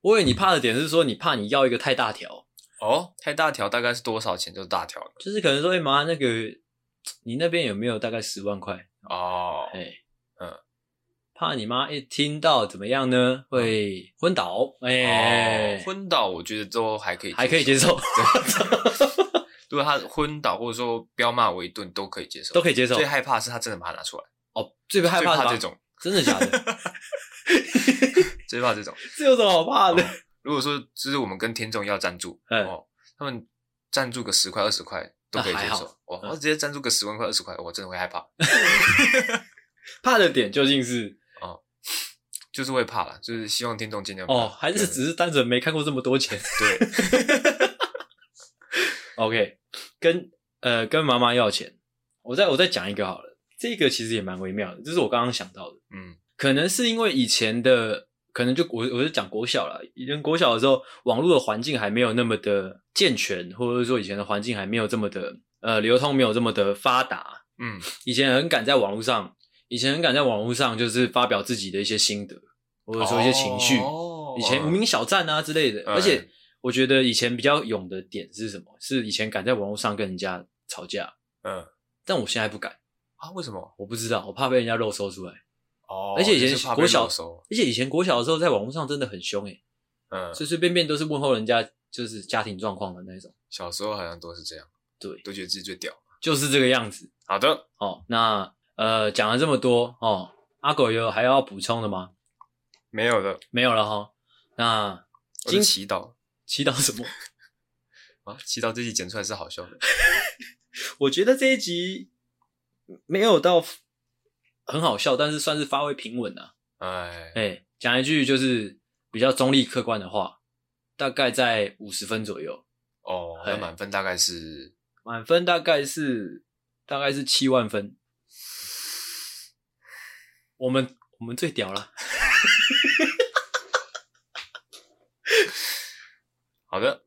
[SPEAKER 2] 我以为你怕的点是说你怕你要一个太大条，
[SPEAKER 1] 哦，太大条大概是多少钱就是大条了
[SPEAKER 2] 就是可能说，哎妈，那个你那边有没有大概十万块？
[SPEAKER 1] 哦，
[SPEAKER 2] 哎，
[SPEAKER 1] 嗯，
[SPEAKER 2] 怕你妈一听到怎么样呢，会昏倒，哎
[SPEAKER 1] 哦，昏倒我觉得都还可以，
[SPEAKER 2] 还可以接 *laughs* 受，
[SPEAKER 1] *laughs* 如果他昏倒或者说彪骂我一顿都可以接受，
[SPEAKER 2] 都可以接受
[SPEAKER 1] 最。害怕是他真的把它拿出来，
[SPEAKER 2] 哦，最害
[SPEAKER 1] 最
[SPEAKER 2] 怕
[SPEAKER 1] 怕
[SPEAKER 2] 的
[SPEAKER 1] 这
[SPEAKER 2] 吧，
[SPEAKER 1] 种，
[SPEAKER 2] 真的假的？
[SPEAKER 1] 最怕这种。
[SPEAKER 2] *laughs* 这有什么好怕的？
[SPEAKER 1] 如果说就是我们跟听众要赞助，
[SPEAKER 2] 嗯
[SPEAKER 1] 哦，他们赞助个十块二十块都可以接
[SPEAKER 2] 那还
[SPEAKER 1] 受
[SPEAKER 2] 好，
[SPEAKER 1] 哇，
[SPEAKER 2] 嗯
[SPEAKER 1] 我直接赞助个十万块二十块，我真的会害怕，
[SPEAKER 2] 怕的点究竟是
[SPEAKER 1] 就是会怕啦，就是希望听众尽量不要
[SPEAKER 2] 哦，还是只是单纯没看过这么多 *laughs* 钱
[SPEAKER 1] 对，
[SPEAKER 2] ？OK，跟呃跟妈妈要钱，我再我再讲一个好了，这个其实也蛮微妙的，这是我刚刚想到的。
[SPEAKER 1] 嗯，
[SPEAKER 2] 可能是因为以前的，可能就我我就讲国小了，以前国小的时候，网络的环境还没有那么的健全，或者说以前的环境还没有这么的呃流通，没有这么的发达。
[SPEAKER 1] 嗯
[SPEAKER 2] 以前很敢在网络上，以前很敢在网络上就是发表自己的一些心得，或者说一些情绪。
[SPEAKER 1] 哦
[SPEAKER 2] 以前无名小站啊之类的，
[SPEAKER 1] 嗯
[SPEAKER 2] 而且我觉得以前比较勇的点是什么？是以前敢在网络上跟人家吵架，
[SPEAKER 1] 嗯
[SPEAKER 2] 但我现在不敢，
[SPEAKER 1] 啊，为什么？
[SPEAKER 2] 我不知道，我怕被人家肉搜出来。
[SPEAKER 1] 哦，
[SPEAKER 2] 而且以前
[SPEAKER 1] 就是怕被
[SPEAKER 2] 国小
[SPEAKER 1] 没收
[SPEAKER 2] 而且以前国小的时候，在网络上真的很凶诶、
[SPEAKER 1] 嗯，
[SPEAKER 2] 随随便便都是问候人家就是家庭状况的那种，
[SPEAKER 1] 小时候好像都是这样，
[SPEAKER 2] 对，
[SPEAKER 1] 都觉得自己最屌。
[SPEAKER 2] 就是这个样子。
[SPEAKER 1] 好的，
[SPEAKER 2] 哦，那呃讲了这么多哦，阿狗有还要补充的吗？
[SPEAKER 1] 没有了，
[SPEAKER 2] 没有了哈。那
[SPEAKER 1] 我是
[SPEAKER 2] 今
[SPEAKER 1] 祈祷
[SPEAKER 2] 祈祷什么？
[SPEAKER 1] 啊，祈祷这集剪出来是好笑的。
[SPEAKER 2] 我觉得这一集没有到很好笑，但是算是发挥平稳啊。
[SPEAKER 1] 哎，
[SPEAKER 2] 哎，讲一句就是比较中立客观的话，大概在五十分左右，
[SPEAKER 1] 哦，那
[SPEAKER 2] 哎
[SPEAKER 1] 满分大概是
[SPEAKER 2] 满分大概是大概是七万分。我们我们最屌了，
[SPEAKER 1] 好的，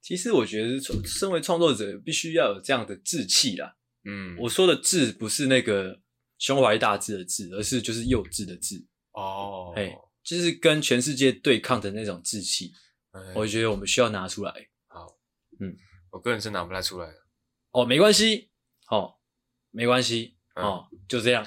[SPEAKER 2] 其实我觉得创身为创作者必须要有这样的志气啦。
[SPEAKER 1] 嗯，
[SPEAKER 2] 我说的志不是那个胸怀大志的志，而是就是幼稚的志，
[SPEAKER 1] 哦，
[SPEAKER 2] 哎就是跟全世界对抗的那种志气。
[SPEAKER 1] 哎
[SPEAKER 2] 我觉得我们需要拿出来。
[SPEAKER 1] 我个人是拿不太出来的。
[SPEAKER 2] 哦，没关系，哦，没关系，
[SPEAKER 1] 嗯
[SPEAKER 2] 哦，
[SPEAKER 1] *laughs*
[SPEAKER 2] 就这样。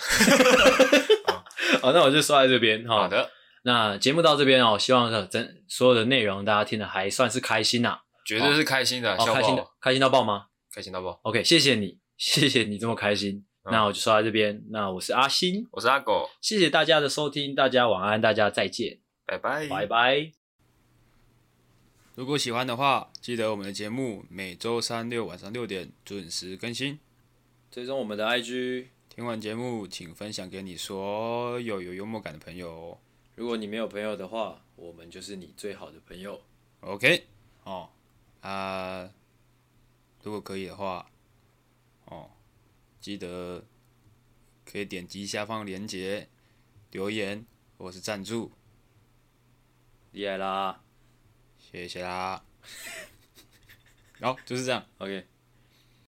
[SPEAKER 2] 好，那我就说在这边哈。
[SPEAKER 1] 好，的，
[SPEAKER 2] 那节目到这边哦，希望呃真所有的内容大家听的还算是开心呐、
[SPEAKER 1] 绝对是开心的，
[SPEAKER 2] 哦，
[SPEAKER 1] 笑
[SPEAKER 2] 开心
[SPEAKER 1] 爆
[SPEAKER 2] 的，，开心到爆吗
[SPEAKER 1] 开心到爆。
[SPEAKER 2] ？OK，谢谢你，谢谢你这么开心。
[SPEAKER 1] 嗯
[SPEAKER 2] 那我就说到这边，那我是阿星，
[SPEAKER 1] 我是阿狗，
[SPEAKER 2] 谢谢大家的收听，大家晚安，大家再见，
[SPEAKER 1] 拜拜，
[SPEAKER 2] 拜。拜。
[SPEAKER 1] 如果喜欢的话，记得我们的节目每周三六晚上六点准时更新。
[SPEAKER 2] 追踪我们的 IG，
[SPEAKER 1] 听完节目，请分享给你所有有幽默感的朋友哦。
[SPEAKER 2] 如果你没有朋友的话，我们就是你最好的朋友。
[SPEAKER 1] OK，哦，啊，如果可以的话，哦，记得可以点击下方链接留言或是赞助，
[SPEAKER 2] 厉害啦
[SPEAKER 1] *laughs* 谢谢啦。好、就是这样。
[SPEAKER 2] ，OK。